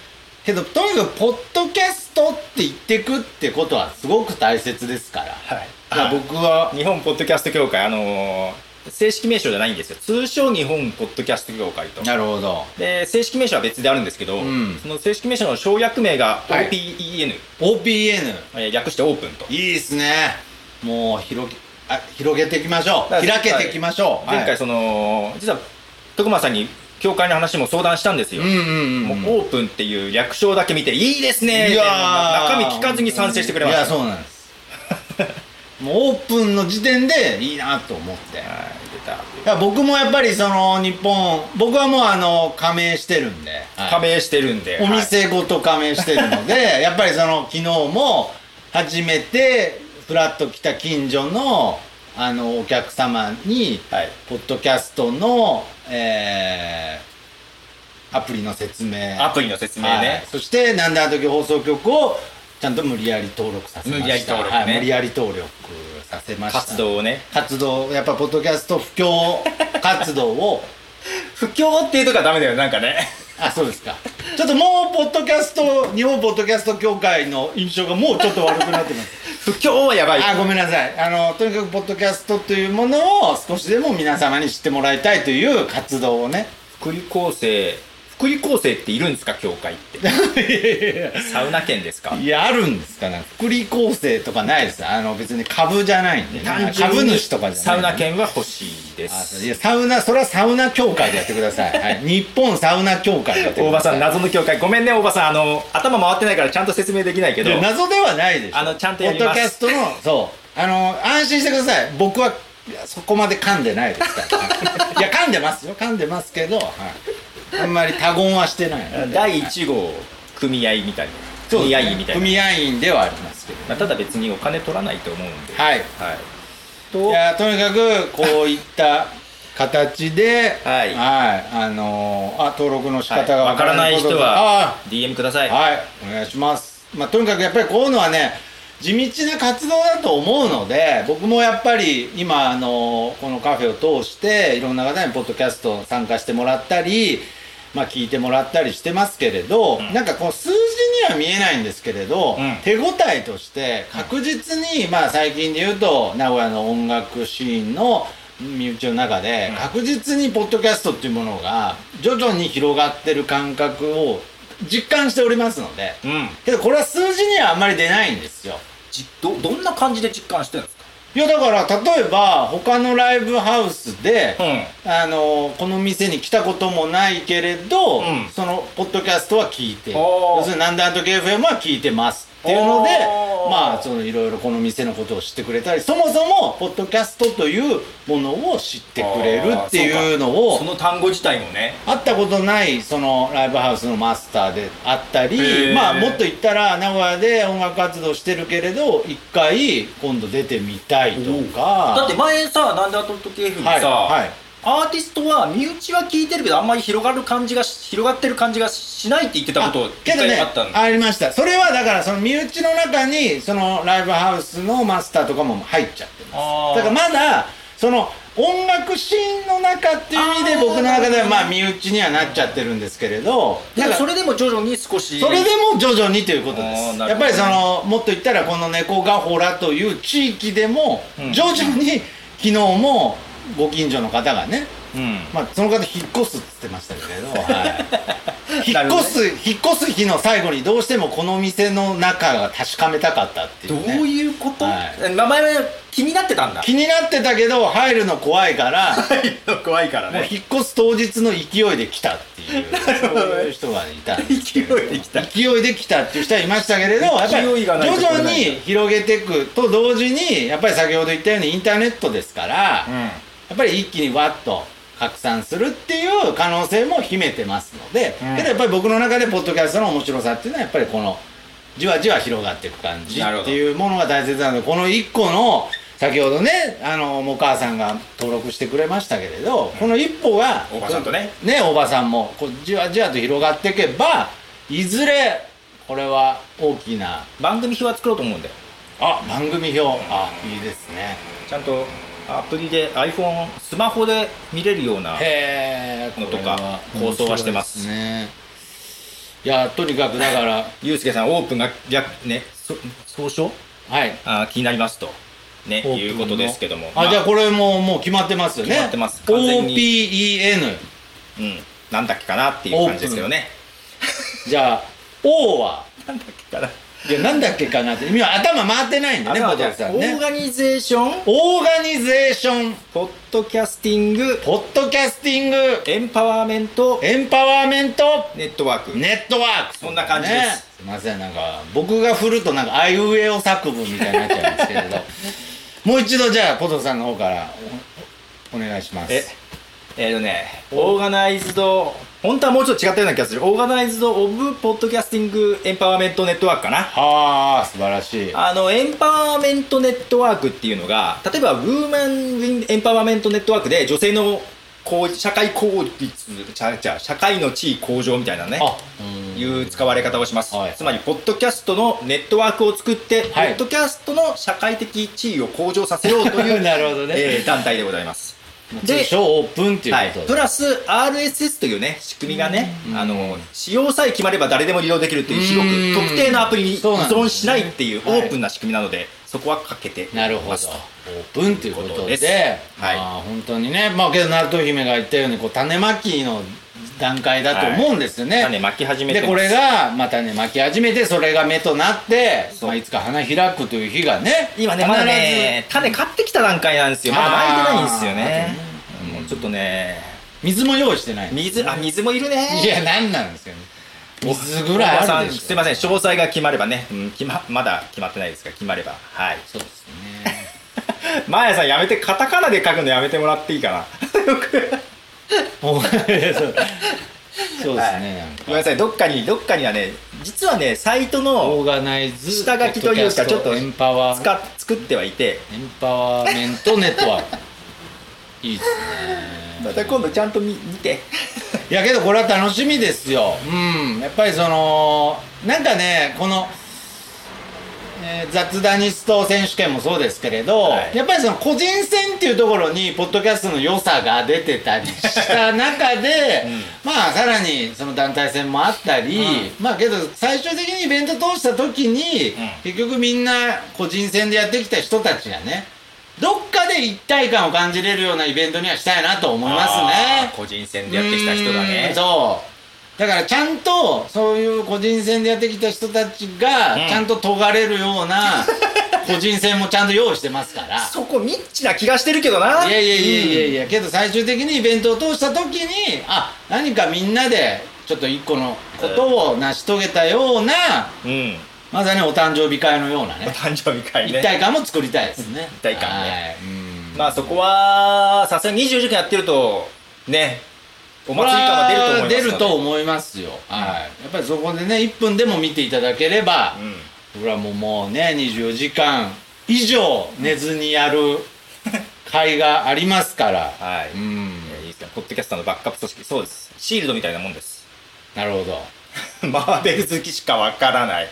Speaker 1: うけどとにかくポッドキャストって言ってくってことはすごく大切ですから、
Speaker 2: はい
Speaker 1: じゃあ僕は
Speaker 2: 日本ポッドキャスト協会あのー正式名称じゃないんですよ通称日本ポッドキャスト協会と
Speaker 1: なるほど
Speaker 2: で正式名称は別であるんですけど、
Speaker 1: うん
Speaker 2: その正式名称の省略名が
Speaker 1: はい
Speaker 2: OPEN、
Speaker 1: OPN
Speaker 2: えー略してオープンと
Speaker 1: いいですねもう広げあ広げていきましょう
Speaker 2: だから
Speaker 1: 開けていきましょう
Speaker 2: 前
Speaker 1: は
Speaker 2: 回
Speaker 1: い
Speaker 2: その、実は徳間さんに協会の話も相談したんですよ、
Speaker 1: うんうんうん
Speaker 2: もうオープンっていう略称だけ見ていいですね
Speaker 1: い
Speaker 2: み
Speaker 1: や
Speaker 2: たい
Speaker 1: ー
Speaker 2: な中身聞かずに賛成してくれました
Speaker 1: いやそうなんです もうオープンの時点でいいなと思ってい
Speaker 2: はい出た
Speaker 1: や僕もやっぱりその日本僕はもうあの加盟してるんで、はい
Speaker 2: 加盟してるんで、
Speaker 1: お
Speaker 2: はい
Speaker 1: 店ごと加盟してるので、 やっぱりその昨日も初めてフラッと来た近所のあのお客様に、
Speaker 2: はい
Speaker 1: ポッドキャストの、えーアプリの説明
Speaker 2: アプリの説明
Speaker 1: はい
Speaker 2: ね、
Speaker 1: そして「なんであの時」放送局をちゃんと無理やり登録させました
Speaker 2: 無理やり登録ね
Speaker 1: はい無理やり登録させました
Speaker 2: 活動をね
Speaker 1: 活動やっぱポッドキャスト布教活動を
Speaker 2: 不況っていうとこはダメだよなんかね
Speaker 1: あそうですかちょっともうポッドキャスト日本ポッドキャスト協会の印象がもうちょっと悪くなってます
Speaker 2: 不況はやばい
Speaker 1: あごめんなさいあのとにかくポッドキャストというものを少しでも皆様に知ってもらいたいという活動をね
Speaker 2: 福利厚生福利厚生っているんですか協会って サウナ券ですか
Speaker 1: いやあるんですかね福利厚生とかないですあの別に株じゃないんで、ね、株主とかじゃ
Speaker 2: サウ
Speaker 1: な
Speaker 2: ナ
Speaker 1: い
Speaker 2: 券は欲しいで
Speaker 1: あそうい
Speaker 2: す
Speaker 1: やサウナそれはサウナ協会でやってください、はい、日本サウナ協会でやってく
Speaker 2: 大
Speaker 1: だ
Speaker 2: 場
Speaker 1: さ
Speaker 2: さ
Speaker 1: い
Speaker 2: ん謎の協会ごめんね大場さんあの頭回ってないからちゃんと説明できないけど
Speaker 1: いや謎ではないでしょ
Speaker 2: あのちゃんとやります
Speaker 1: ポッドキャストのそうあの安心してください僕はいやそこまで噛んでないですから いや噛んでますよ噛んでますけど、はい、あんまり多言はしてないので
Speaker 2: 第1号組合みたいな
Speaker 1: そう
Speaker 2: 組
Speaker 1: です
Speaker 2: 合
Speaker 1: ね
Speaker 2: 員みたいな、
Speaker 1: 組合員ではありますけど
Speaker 2: まあ、ただ別にお金取らないと思うんでは
Speaker 1: はい
Speaker 2: い
Speaker 1: い
Speaker 2: と
Speaker 1: やとにかくこういった形で
Speaker 2: はい
Speaker 1: あのーあ登録の仕方が
Speaker 2: はい
Speaker 1: わからないこと
Speaker 2: わ
Speaker 1: が
Speaker 2: から
Speaker 1: あー
Speaker 2: DM ください
Speaker 1: はい、お願いします。まあ、とにかくやっぱりこういうのはね、地道な活動だと思うので、僕もやっぱり今、あの、このカフェを通して、いろんな方にポッドキャスト参加してもらったり、まあ、聞いてもらったりしてますけれど、
Speaker 2: ん
Speaker 1: なんかこう数字には見えないんですけれど、
Speaker 2: うん
Speaker 1: 手応えとして確実に、まあ最近で言うと名古屋の音楽シーンの身内の中で
Speaker 2: うん
Speaker 1: 確実にポッドキャストっていうものが徐々に広がってる感覚を実感しておりますので
Speaker 2: うん
Speaker 1: けどこれは数字にはあんまり出ないんですよ
Speaker 2: じどどんな感じで実感してるんですか
Speaker 1: いやだから例えば他のライブハウスで、
Speaker 2: うん
Speaker 1: あのこの店に来たこともないけれど、
Speaker 2: うん
Speaker 1: そのポッドキャストは聞いてる
Speaker 2: おー
Speaker 1: 要するに「なんであの時 FM」は聞いてますっていうので
Speaker 2: おー
Speaker 1: まあそのいろいろこの店のことを知ってくれたりそもそもポッドキャストというものを知ってくれるっていうの
Speaker 2: あー
Speaker 1: を
Speaker 2: そうかその単語自体もね
Speaker 1: 会ったことないそのライブハウスのマスターであった
Speaker 2: へ
Speaker 1: り、
Speaker 2: ー
Speaker 1: まあ、もっと言ったら名古屋で音楽活動してるけれど一回今度出てみたいとか
Speaker 2: だって前さ「なんであと時 F」にさ、
Speaker 1: はいはい
Speaker 2: アーティストは身内は聞いてるけどあんまり広がる感じがし広がってる感じがしないって言ってたこと
Speaker 1: けど
Speaker 2: 一回
Speaker 1: ね
Speaker 2: あったんだ
Speaker 1: ありましたそれはだからその身内の中にそのライブハウスのマスターとかも入っちゃってます
Speaker 2: あー
Speaker 1: だからまだその音楽シーンの中っていう意味で
Speaker 2: あー
Speaker 1: 僕の中では
Speaker 2: な
Speaker 1: まあ身内にはなっちゃってるんですけれど
Speaker 2: だ
Speaker 1: だから
Speaker 2: か
Speaker 1: ら
Speaker 2: それでも徐々に少し
Speaker 1: それでも徐々にということで
Speaker 2: あー
Speaker 1: す
Speaker 2: な
Speaker 1: や
Speaker 2: る
Speaker 1: っ
Speaker 2: ほ
Speaker 1: ぱ
Speaker 2: どね
Speaker 1: りそのもっと言ったらこの猫がほらという地域でも
Speaker 2: うん
Speaker 1: 徐々に昨日もご近所の方がね
Speaker 2: うん
Speaker 1: まあその方引っ越すっつってましたけれ ど、はい、
Speaker 2: な
Speaker 1: 引
Speaker 2: るほ
Speaker 1: っ
Speaker 2: ど
Speaker 1: 越す、引っ越す日の最後にどうしてもこの店の中が確かめたかったってい
Speaker 2: どう
Speaker 1: うね
Speaker 2: いうこと、
Speaker 1: は
Speaker 2: 名前は気になってたんだ
Speaker 1: 気になってたけど入るの怖い から
Speaker 2: 怖いから
Speaker 1: もう引っ越す当日の勢いで来たっていうそういう人がいたんですけれど
Speaker 2: 勢いで来た
Speaker 1: 勢いで来たっていう人はいましたけれ どやっぱり
Speaker 2: 勢い
Speaker 1: 徐
Speaker 2: がないと来れない
Speaker 1: 々に広げていくと同時にやっぱり先ほど言ったようにインターネットですから、
Speaker 2: う
Speaker 1: や
Speaker 2: ん
Speaker 1: っぱり一気にわっと拡散するっていう可能性も秘めてますので、
Speaker 2: うん
Speaker 1: けどやっぱり僕の中でポッドキャストの面白さっていうのはやっぱりこのじわじわ広がっていく感じ
Speaker 2: なるほ
Speaker 1: っ
Speaker 2: ど
Speaker 1: ていうものが大切なのでこの1個の先ほどねあのもうお母さんが登録してくれましたけれど、この一歩が
Speaker 2: おばさんとね
Speaker 1: ねおばさんもこうじわじわと広がっていけばいずれこれは大きな
Speaker 2: 番組表は作ろうと思うんだよ
Speaker 1: あ番組表あいいですね
Speaker 2: ちゃんとアプリで iPhone スマホで見れるような
Speaker 1: へえ
Speaker 2: のとか構想はしてます
Speaker 1: ねいやとにかくだから
Speaker 2: ユうスケさんオープンが逆ねそ総称
Speaker 1: はい
Speaker 2: あー気になりますとね
Speaker 1: オープンの
Speaker 2: いうことですけども
Speaker 1: あ、
Speaker 2: ま
Speaker 1: じゃあこれももう決まってますよね
Speaker 2: 決まってます完全に
Speaker 1: OPEN
Speaker 2: うんなんだっけかなっていう感じですけどね
Speaker 1: じゃあ O は
Speaker 2: なんだっけかない
Speaker 1: やなんだっけかなって今頭回ってないんだね
Speaker 2: あ
Speaker 1: ポ
Speaker 2: と
Speaker 1: ト
Speaker 2: は
Speaker 1: フさん
Speaker 2: オ
Speaker 1: ね
Speaker 2: ーガニゼーション
Speaker 1: オーガニゼーション
Speaker 2: ポッドキャスティング
Speaker 1: ポッドキャスティング
Speaker 2: エンパワーメント
Speaker 1: エンパワーメント
Speaker 2: ネットワーク
Speaker 1: ネットワーク
Speaker 2: そんな感じです
Speaker 1: すいませんなんか僕が振るとなんかあいうえお作文みたいになっちゃうんですけれ どもう一度じゃあポトフさんの方からおお願いします
Speaker 2: ええーとねオーガナイズド本当はもうちょっと違ったような気がするオーガナイズド・オブ・ポッドキャスティング・エンパワーメント・ネットワークかな
Speaker 1: はあ素晴らしい
Speaker 2: あのエンパワーメントネットワークっていうのが例えばウーマンエンパワーメントネットワークで女性のこう社会効率ちゃちゃ社会の地位向上みたいなね
Speaker 1: あうん
Speaker 2: いう使われ方をします、
Speaker 1: はい
Speaker 2: つまりポッドキャストのネットワークを作って、
Speaker 1: はい
Speaker 2: ポッドキャストの社会的地位を向上させようとい う、
Speaker 1: なるほどね
Speaker 2: えー団体でございます
Speaker 1: 通
Speaker 2: で
Speaker 1: 称オープンっていう
Speaker 2: はい
Speaker 1: こと、
Speaker 2: プラス RSS というね仕組みがね、
Speaker 1: うん
Speaker 2: あの使用さえ決まれば誰でも利用できるっていう広
Speaker 1: うん
Speaker 2: く特定のアプリに依
Speaker 1: そうなんですね
Speaker 2: 存しないっていうオ
Speaker 1: はい
Speaker 2: ープンな仕組みなので、そこはかけて
Speaker 1: なるほどオ
Speaker 2: ますと
Speaker 1: ープンということで
Speaker 2: ということですはい
Speaker 1: まあ本当にねまあけどナルト姫が言ったようにこう種まきの段階だと思うんですよね、
Speaker 2: 種まき始めて
Speaker 1: でこれがまたね巻き始めてそれが芽となって、
Speaker 2: そう
Speaker 1: まあ、いつか花開くという日がね
Speaker 2: 今ね
Speaker 1: 必
Speaker 2: ま
Speaker 1: ず
Speaker 2: だね種買ってきた段階なんですよまだ巻いてないんですよね
Speaker 1: あー
Speaker 2: もうちょっとね
Speaker 1: 水も用意してない
Speaker 2: 水あ水もいるね
Speaker 1: いや何なんですよね水ぐらいあるでしょ
Speaker 2: おばさんすいません詳細が決まればね、うん、決ままだ決まってないですが決まればはい
Speaker 1: そうですね
Speaker 2: マーヤさんやめてカタカナで書くのやめてもらっていいかな
Speaker 1: おいやそうそうですね、なんか
Speaker 2: ごめんなさいどっかにどっかにはね実はねサイト
Speaker 1: オ
Speaker 2: の
Speaker 1: ーガナイズ
Speaker 2: 下書きというかちょっと
Speaker 1: エンパワー
Speaker 2: 使っ作ってはいて
Speaker 1: エンパワーメントネットワークいいですね
Speaker 2: また今度ちゃんと見見て
Speaker 1: いやけどこれは楽しみですようんやっぱりそのなんかねこの、えー雑談ニスト選手権もそうですけれど、
Speaker 2: はい
Speaker 1: やっぱりその個人戦っていうところにポッドキャストの良さが出てたりした中で、まあさらにその団体戦もあったり、まあけど最終的にイベント通した時に、
Speaker 2: ん
Speaker 1: 結局みんな個人戦でやってきた人たちがねどっかで一体感を感じれるようなイベントにはしたいなと思いますね
Speaker 2: あー。個人戦でやってきた人が
Speaker 1: う
Speaker 2: ね
Speaker 1: んそうだからちゃんとそういう個人戦でやってきた人たちが
Speaker 2: うん
Speaker 1: ちゃんと尖れるような個人戦もちゃんと用意してますから
Speaker 2: そこミッチな気がしてるけどない
Speaker 1: やいやいやいやいやけど最終的にイベントを通した時にあ何かみんなでちょっと一個のことを成し遂げたような
Speaker 2: うん
Speaker 1: まさにお誕生日会のような
Speaker 2: お
Speaker 1: ね
Speaker 2: 誕生日会
Speaker 1: 一
Speaker 2: ね
Speaker 1: 体感も作りたいですね
Speaker 2: 一体感ね
Speaker 1: はいうん
Speaker 2: まあそこはさすがに24時間やってるとねお祭り感が出ると思いますので
Speaker 1: 出ると思いますよ、はい、やっぱりそこでね1分でも見ていただければ、
Speaker 2: うん
Speaker 1: 僕らももうね24時間以上寝ずにやる会がありますから、
Speaker 2: はい、
Speaker 1: う
Speaker 2: い
Speaker 1: ん
Speaker 2: やいいですねポッドキャスターのバックアップ組織そうですシールドみたいなもんです
Speaker 1: なるほど、
Speaker 2: マーベル好きしかわからない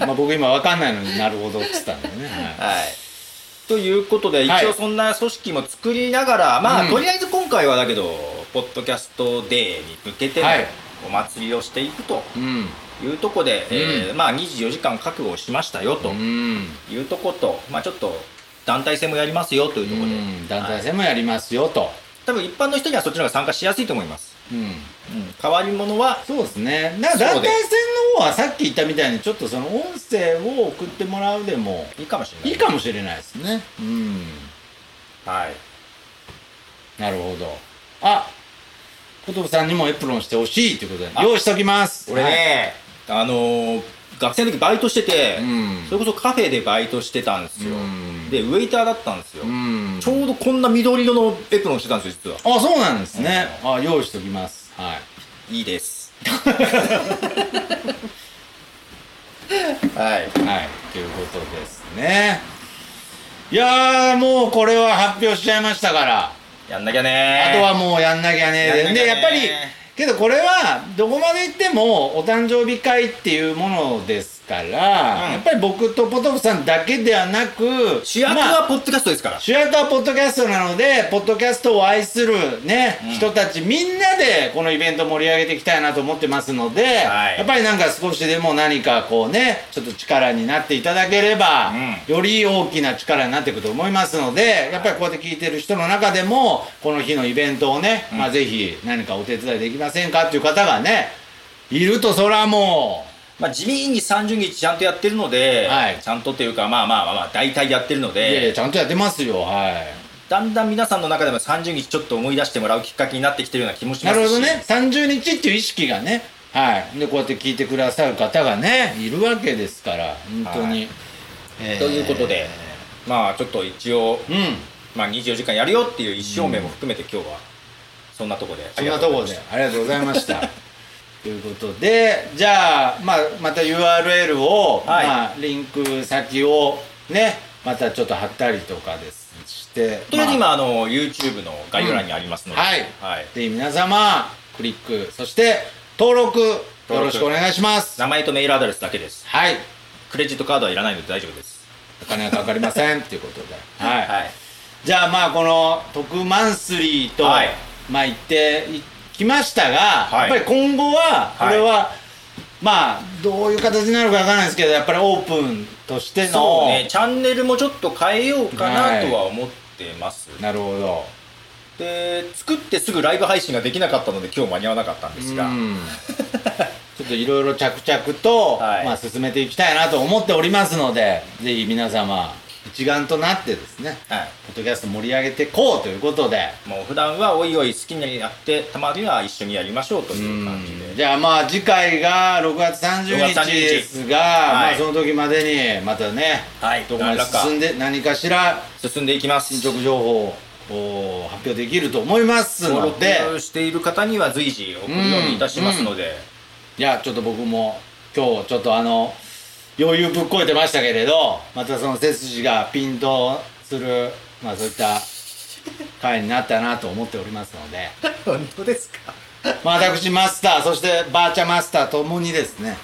Speaker 1: まあ、僕今わかんないのになるほどって言ったんでね、は
Speaker 2: はいということで、
Speaker 1: はい
Speaker 2: 一応そんな組織も作りながら、まあ、
Speaker 1: うん
Speaker 2: とりあえず今回はだけど、ポッドキャストデーに向けての
Speaker 1: はい
Speaker 2: お祭りをしていくと
Speaker 1: い、うん
Speaker 2: いうとこで、えーまあ、24時間覚悟をしましたよと
Speaker 1: うん
Speaker 2: いうとこと、まあ、ちょっと団体戦もやりますよというところで、
Speaker 1: うん団体戦もやりますよと、
Speaker 2: 多分一般の人にはそっちの方が参加しやすいと思います。
Speaker 1: うん
Speaker 2: うん、変わり者は、
Speaker 1: そうですねなんか団体戦の方はさっき言ったみたいにちょっとその音声を送ってもらうでも
Speaker 2: いいかもしれない。
Speaker 1: いいかもしれないですねうん
Speaker 2: はい。
Speaker 1: なるほどあ小峠さんにもエプロンしてほしいってことで
Speaker 2: あ
Speaker 1: 用意しときます
Speaker 2: 俺ね、あのー学生の時バイトしてて、
Speaker 1: はいうん
Speaker 2: それこそカフェでバイトしてたんですよ。
Speaker 1: うん
Speaker 2: で、ウェイターだったんですよ。
Speaker 1: うん
Speaker 2: ちょうどこんな緑色のエプロンしてたんですよ、実は。
Speaker 1: あそうなんですねあ用意しときますはい
Speaker 2: いい です。は
Speaker 1: は
Speaker 2: い。
Speaker 1: い、ということですね。いやー、もうこれは発表しちゃいましたから、
Speaker 2: やんなきゃね
Speaker 1: あとはもうやんなきゃね
Speaker 2: やんなきゃね
Speaker 1: で、やっぱり、けどこれは、どこまで行っても、お誕生日会っていうものですから、
Speaker 2: うん
Speaker 1: やっぱり僕とポトフさんだけではなく、
Speaker 2: 主役
Speaker 1: まあ
Speaker 2: はポッドキャストですから。
Speaker 1: 主役はポッドキャストなので、ポッドキャストを愛するね、
Speaker 2: うん
Speaker 1: 人たちみんなでこのイベント盛り上げていきたいなと思ってますので、
Speaker 2: はい
Speaker 1: やっぱりなんか少しでも何かこうね、ちょっと力になっていただければ、より大きな力になっていくと思いますので、やっぱりこうやって聞いてる人の中でも、この日のイベントをね、まあぜひ何かお手伝いできませんかっていう方がね、いるとそらも
Speaker 2: まあ、地味に30日ちゃんとやってるので、
Speaker 1: はい
Speaker 2: ちゃんとっていうか、まあまあまあまあ、大体やってるの
Speaker 1: う、いやい
Speaker 2: で、
Speaker 1: やちゃんとやってますよ、はい。
Speaker 2: だんだん皆さんの中でも30日ちょっと思い出してもらうきっかけになってきてるような気もしま
Speaker 1: な
Speaker 2: す
Speaker 1: るほど
Speaker 2: し。
Speaker 1: ね。30日っていう意識がねはいでこうやって聞いてくださる方がねいるわけですから本当に、
Speaker 2: はい
Speaker 1: えー
Speaker 2: ということで、まあちょっと一応、
Speaker 1: うん
Speaker 2: まあ24時間やるよっていう一生名も含めて今日は、そんなとこで。
Speaker 1: そんなところでありがとうございました ということでじゃあ、まあ、また URL を、
Speaker 2: はい
Speaker 1: まあ、リンク先をねまたちょっと貼ったりとかですして
Speaker 2: とりあ
Speaker 1: ま
Speaker 2: えず
Speaker 1: あ
Speaker 2: 今、あの、YouTube の概要欄にありますので、
Speaker 1: うんはい
Speaker 2: はい。
Speaker 1: で皆様クリックそして登録よ
Speaker 2: 登録
Speaker 1: ろしくお願いします
Speaker 2: 名前とメールアドレスだけです。
Speaker 1: はい
Speaker 2: クレジットカードはいらないので大丈夫です。
Speaker 1: お金はかかりませんということではい
Speaker 2: はい。
Speaker 1: じゃあまあこの特マンスリーと、
Speaker 2: はい
Speaker 1: まあ言っていきましたが、
Speaker 2: はい
Speaker 1: やっぱり今後はこ
Speaker 2: はい
Speaker 1: れは、まあどういう形になるかわからないですけどやっぱりオープンとしての
Speaker 2: そうね、チャンネルもちょっと変えようか
Speaker 1: は
Speaker 2: ないとは思ってます。
Speaker 1: なるほど
Speaker 2: で、作ってすぐライブ配信ができなかったので今日間に合わなかったんですが、
Speaker 1: うん ちょっといろいろ着々と、
Speaker 2: はい
Speaker 1: まあ、進めていきたいなと思っておりますのでぜひ皆様一丸となってですね
Speaker 2: はい。
Speaker 1: ポッドキャスト盛り上げていこうということで
Speaker 2: もう普段はおいおい好きにやって、たまには一緒にやりましょうという感じで。
Speaker 1: じゃあまあ次回が6月30
Speaker 2: 6月
Speaker 1: 日
Speaker 2: 30日
Speaker 1: ですが、
Speaker 2: はい
Speaker 1: まあその時までにまたね、
Speaker 2: はい
Speaker 1: どこまで
Speaker 2: 何らか
Speaker 1: 進んで何かしら
Speaker 2: 進んでいきます。
Speaker 1: 進捗情報を発表できると思います
Speaker 2: 登
Speaker 1: ので、
Speaker 2: 録している方には随時送るようにいたしますので、
Speaker 1: いやちょっと僕も今日ちょっとあの余裕ぶっこえてましたけれど、またその背筋がピンとするまあそういった回になったなと思っておりますので、
Speaker 2: 本当ですか
Speaker 1: まあ私マスターそしてバーチャマスターともにですね。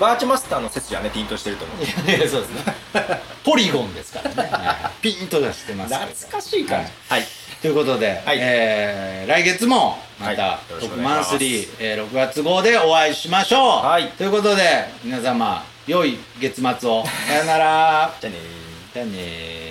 Speaker 2: バーチャマスターの説じゃねピンとしてると思う
Speaker 1: いやいやそうですねポリゴンですからね、 はいピンと出してますけどはい
Speaker 2: はい
Speaker 1: ということで、
Speaker 2: はい
Speaker 1: えー来月もまた
Speaker 2: は
Speaker 1: 「
Speaker 2: いよろ
Speaker 1: ト
Speaker 2: し
Speaker 1: ッ
Speaker 2: く
Speaker 1: プ
Speaker 2: お願いし
Speaker 1: マ
Speaker 2: ま
Speaker 1: ン
Speaker 2: す
Speaker 1: スリー、えー6月号でお会いしましょう、
Speaker 2: はい
Speaker 1: ということで皆様良い月末をさよなら
Speaker 2: じゃあねー
Speaker 1: じゃあねー